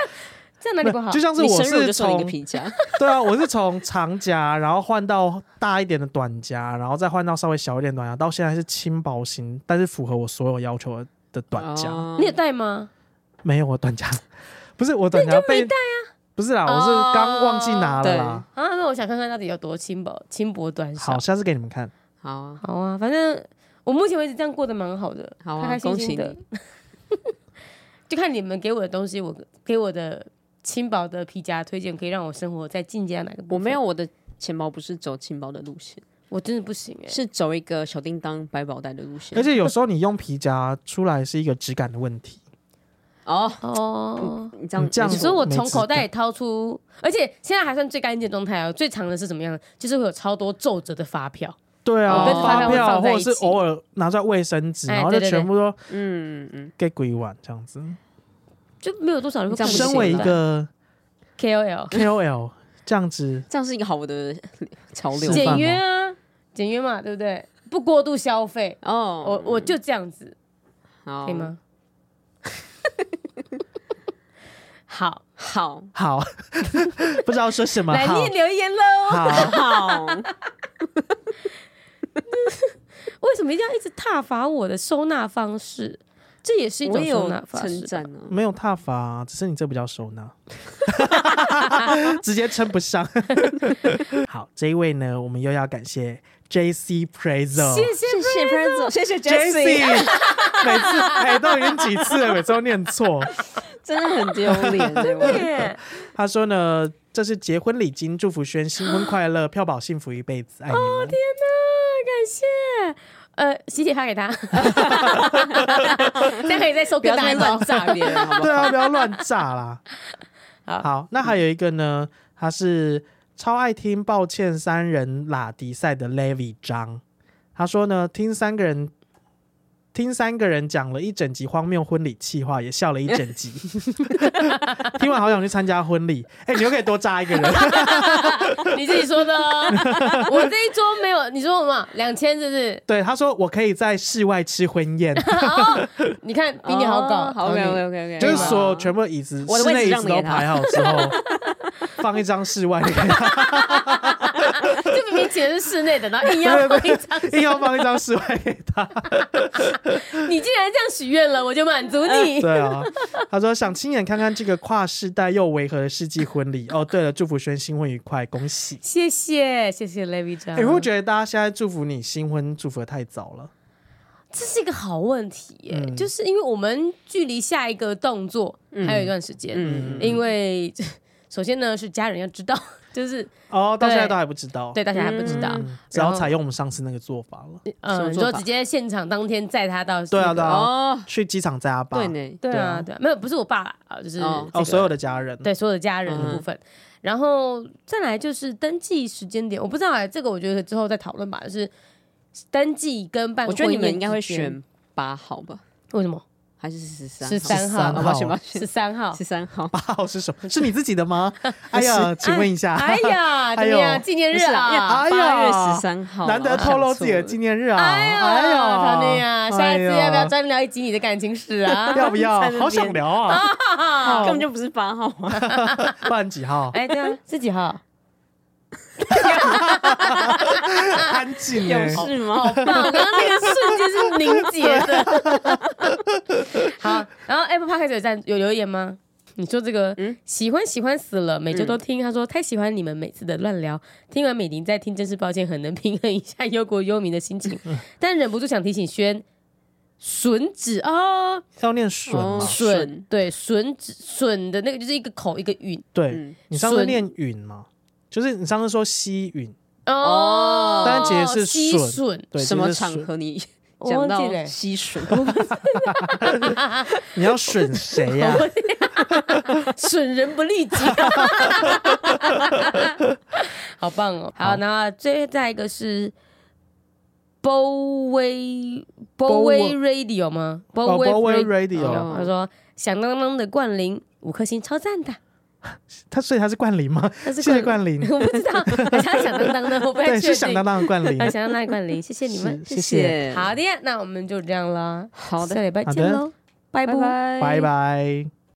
这样哪里不好？
就像是
你
我
生日我
是
就送你一个
从
皮夹，
对啊，我是从长夹，然后换到大一点的短夹，然后再换到稍微小一点的短夹，到现在是轻薄型，但是符合我所有要求的的 短夹。
哦
你有带吗？
没有我短夹，不是我短夹被带啊，不是啦，我是刚忘记拿了啦。
啊，那我想看看到底有多轻薄，轻薄短小。
好，下次给你们看。
好啊，
好啊，反正我目前为止这样过得蛮好的，
好啊
开开心心的
恭。
就看你们给我的东西，我给我的轻薄的皮夹推荐，可以让我生活在进阶到哪个部分？
我没有，我的钱包不是走轻薄的路线，
我真的不行哎、
是走一个小叮当百宝袋的路线
而。且有时候你用皮夹出来是一个质感的问题，
哦，
哦。
你这样
你这样
你
子
说我从
没质
口袋里掏出，而且现在还算最干净的状态哦。最长的是怎么样？就是会有超多皱褶的发票，
对啊，
哦跟
发
发票会
票
放
或
在
者
一
是
起
偶尔拿出来卫生纸，
哎
然后就
对对
全部都
嗯嗯，
给鬼碗这样子。
就没有多少人会
这
看
样
得
不
出来。
身
行
为一个
KOL，
KOL，这样子
这样是一个好的潮
示范
流
吗
简约啊，简约嘛，对不对？不过度消费，
哦
我，我就这样子，
好
可以？ 吗？好，
好
好， 不知道说 什么
来
好
念。哦留言喽。
好，
好，
为什么一定要一直挞伐我的收纳方式？这也是一
我
种
也
收
有
纳方
称
式。
赞呢。
没有踏伐，只是你这比较熟呢， 直接称不 上。好，这一位呢，我们又要感谢 J C Prazo，
谢谢
谢谢 f r e n z o 谢谢
J C，
Jessie，
每次哎都已经几次了，每次都念错。
真的很丢脸，真
耶，
他说呢，这是结婚礼金，祝福轩新婚快乐，票宝幸福一辈子，爱你们。
天哪，感谢。呃，喜姐发给 他， 大家可以再收
不
更
要
大
再
的
乱
包。
炸别人，好不
对
好？
啊，不要乱炸啦。
好
那还有一个呢，他是超爱听《抱歉三人拉迪赛》的 Levy 张，他说呢，听三个人。听三个人讲了一整集荒谬婚礼气话，也笑了一整集。听完好想去参加婚礼，哎、你又可以多扎一个人。
你自己说的哦，我这一桌没有，你说什么？两千是不是？
对，他说我可以在室外吃婚宴，
你看比你好搞，
哦好 OK OK OK，
就是所有全部的椅子、
我的
室
位置
内椅
让
子
给
都
他
排好之后，放一张室外的，
就明明写的是室内的，然后硬要放一张。
硬要放一张室外给他。
你竟然这样许愿了，我就满足 你。
对啊，他说想亲眼看看这个跨世代又违和的世纪婚礼。哦，对了，祝福轩新婚愉快，恭喜！
谢谢谢谢 Levi 张，
哎、我觉得大家现在祝福你新婚祝福的太早了。
这是一个好问题耶，
嗯
就是因为我们距离下一个动作还有一段时间，
嗯
因为首先呢是家人要知道， 就是
哦，到现在
对
都还不知道，
对大家还不知道，
嗯，只
然
要
后
采用我们上次那个做法了。
什
呃，
么
你
做法
说直接现场当天载他到、
对啊，对，啊，
哦，
去机场载阿爸。
对呢，
对
对
啊
啊，
对啊，没有不是我爸啦，啊，就是、
哦
哦，所有的家人。
对所有的家人的部分，然后再来就是登记时间点，我不知道哎、这个我觉得之后再讨论吧，就是登记跟办
我
婚
觉得你们
宴
应该会
之间
选八号吧，
为什么
还是十三
十三
13
号哦
抱歉
号
抱
十
歉，
三号
十三号。
八号哦是什么？是你自己的吗？哎呀，请问一下，
哎呀，怎
哎
么
呦
样？纪念日啊！
哎呀
八月十三号，
难得透露自己的纪
念，
念日啊！
哎呀，
哎呀，
唐女啊，下一次要不
哎
要
呀
专聊一集你的感情史
？
啊
要不要
在那？边
好想聊 啊！
哎
根本就不是八号啊！
不然几号？
哎，对啊，是几号？
安静
有
哎。
事吗？
棒！刚刚那个瞬间是凝结的。 好，然后 Apple Podcast 有赞有留言吗？你说这个，
嗯
喜欢喜欢死了，每周都听。他说太喜欢你们每次的乱聊，听完美玲再听，真是抱歉，很能平衡一下忧国忧民的心 情，但忍不住想提醒轩，吮指哦，
要念笋嘛？
哦
笋
笋
对笋指笋的那个就是一个口一个韵
对
嗯，
你上次
笋
念允嘛，就是你上次说西允，
哦
但其实是
吸
笋
笋，
对，
什么
就是
场
笋？
合你
我
讲
忘
到
记了欸
吸吮？
你要损谁啊 呀？
损人不 利己，好棒哦！好，
好
那最再一个是 Boway
Bowie
Boway Radio 吗
哦 Bowie
Ra-
Radio
哦他说响当当的冠霖五颗星超赞的，
他所以他是冠霖吗？
他是
谢谢冠霖，
我不知道，还是他响当当的，我不太
对，
确
是响
定
当。当的冠霖。
他想要那一冠霖， 谢 谢你们，
是谢谢。
谢，
好的，那我们就这样啦，
好
下
的，
礼拜
好
见
的
喽，拜
拜
拜。
拜
拜。拜。